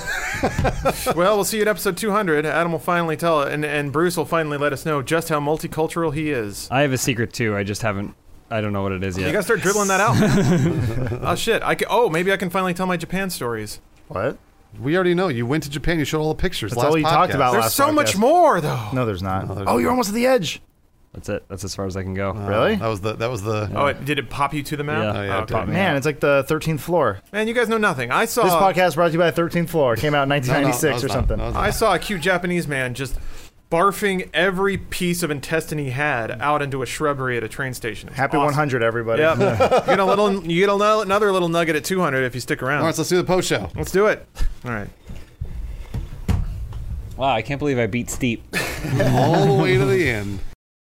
well, we'll see you at episode 200. Adam will finally tell it and and Bruce will finally let us know just how multicultural he is. I have a secret too. I just haven't. I don't know what it is You yet. gotta start dribbling that out. oh shit! I ca oh maybe I can finally tell my Japan stories. What? We already know. You went to Japan. You showed all the pictures. That's Oh, last all you talked podcast. about. There's last so much podcast. more though. No, there's not. there's oh, not. Uh, you're almost at the edge. That's it. That's as far as I can go. Really? That was the. That was the. Oh, it, did it pop you to the map? Yeah. Oh, yeah, it okay. did. Man, it's like the 13th floor. Man, you guys know nothing. I saw This podcast brought to you by 13th Floor. Came out in Oh. (laughs) No, no, that 1996 was or not- something. that was not. I saw a cute Japanese man just barfing every piece of intestine he had out into a shrubbery at a train station. It was Happy awesome. 100, (laughs) everybody. Yep. you get a little. You get a, little- another little nugget at 200 if you stick around. All right, so let's do the post (laughs) show. Let's do it. All right. Wow, I can't believe I beat Steep. all the way to the end.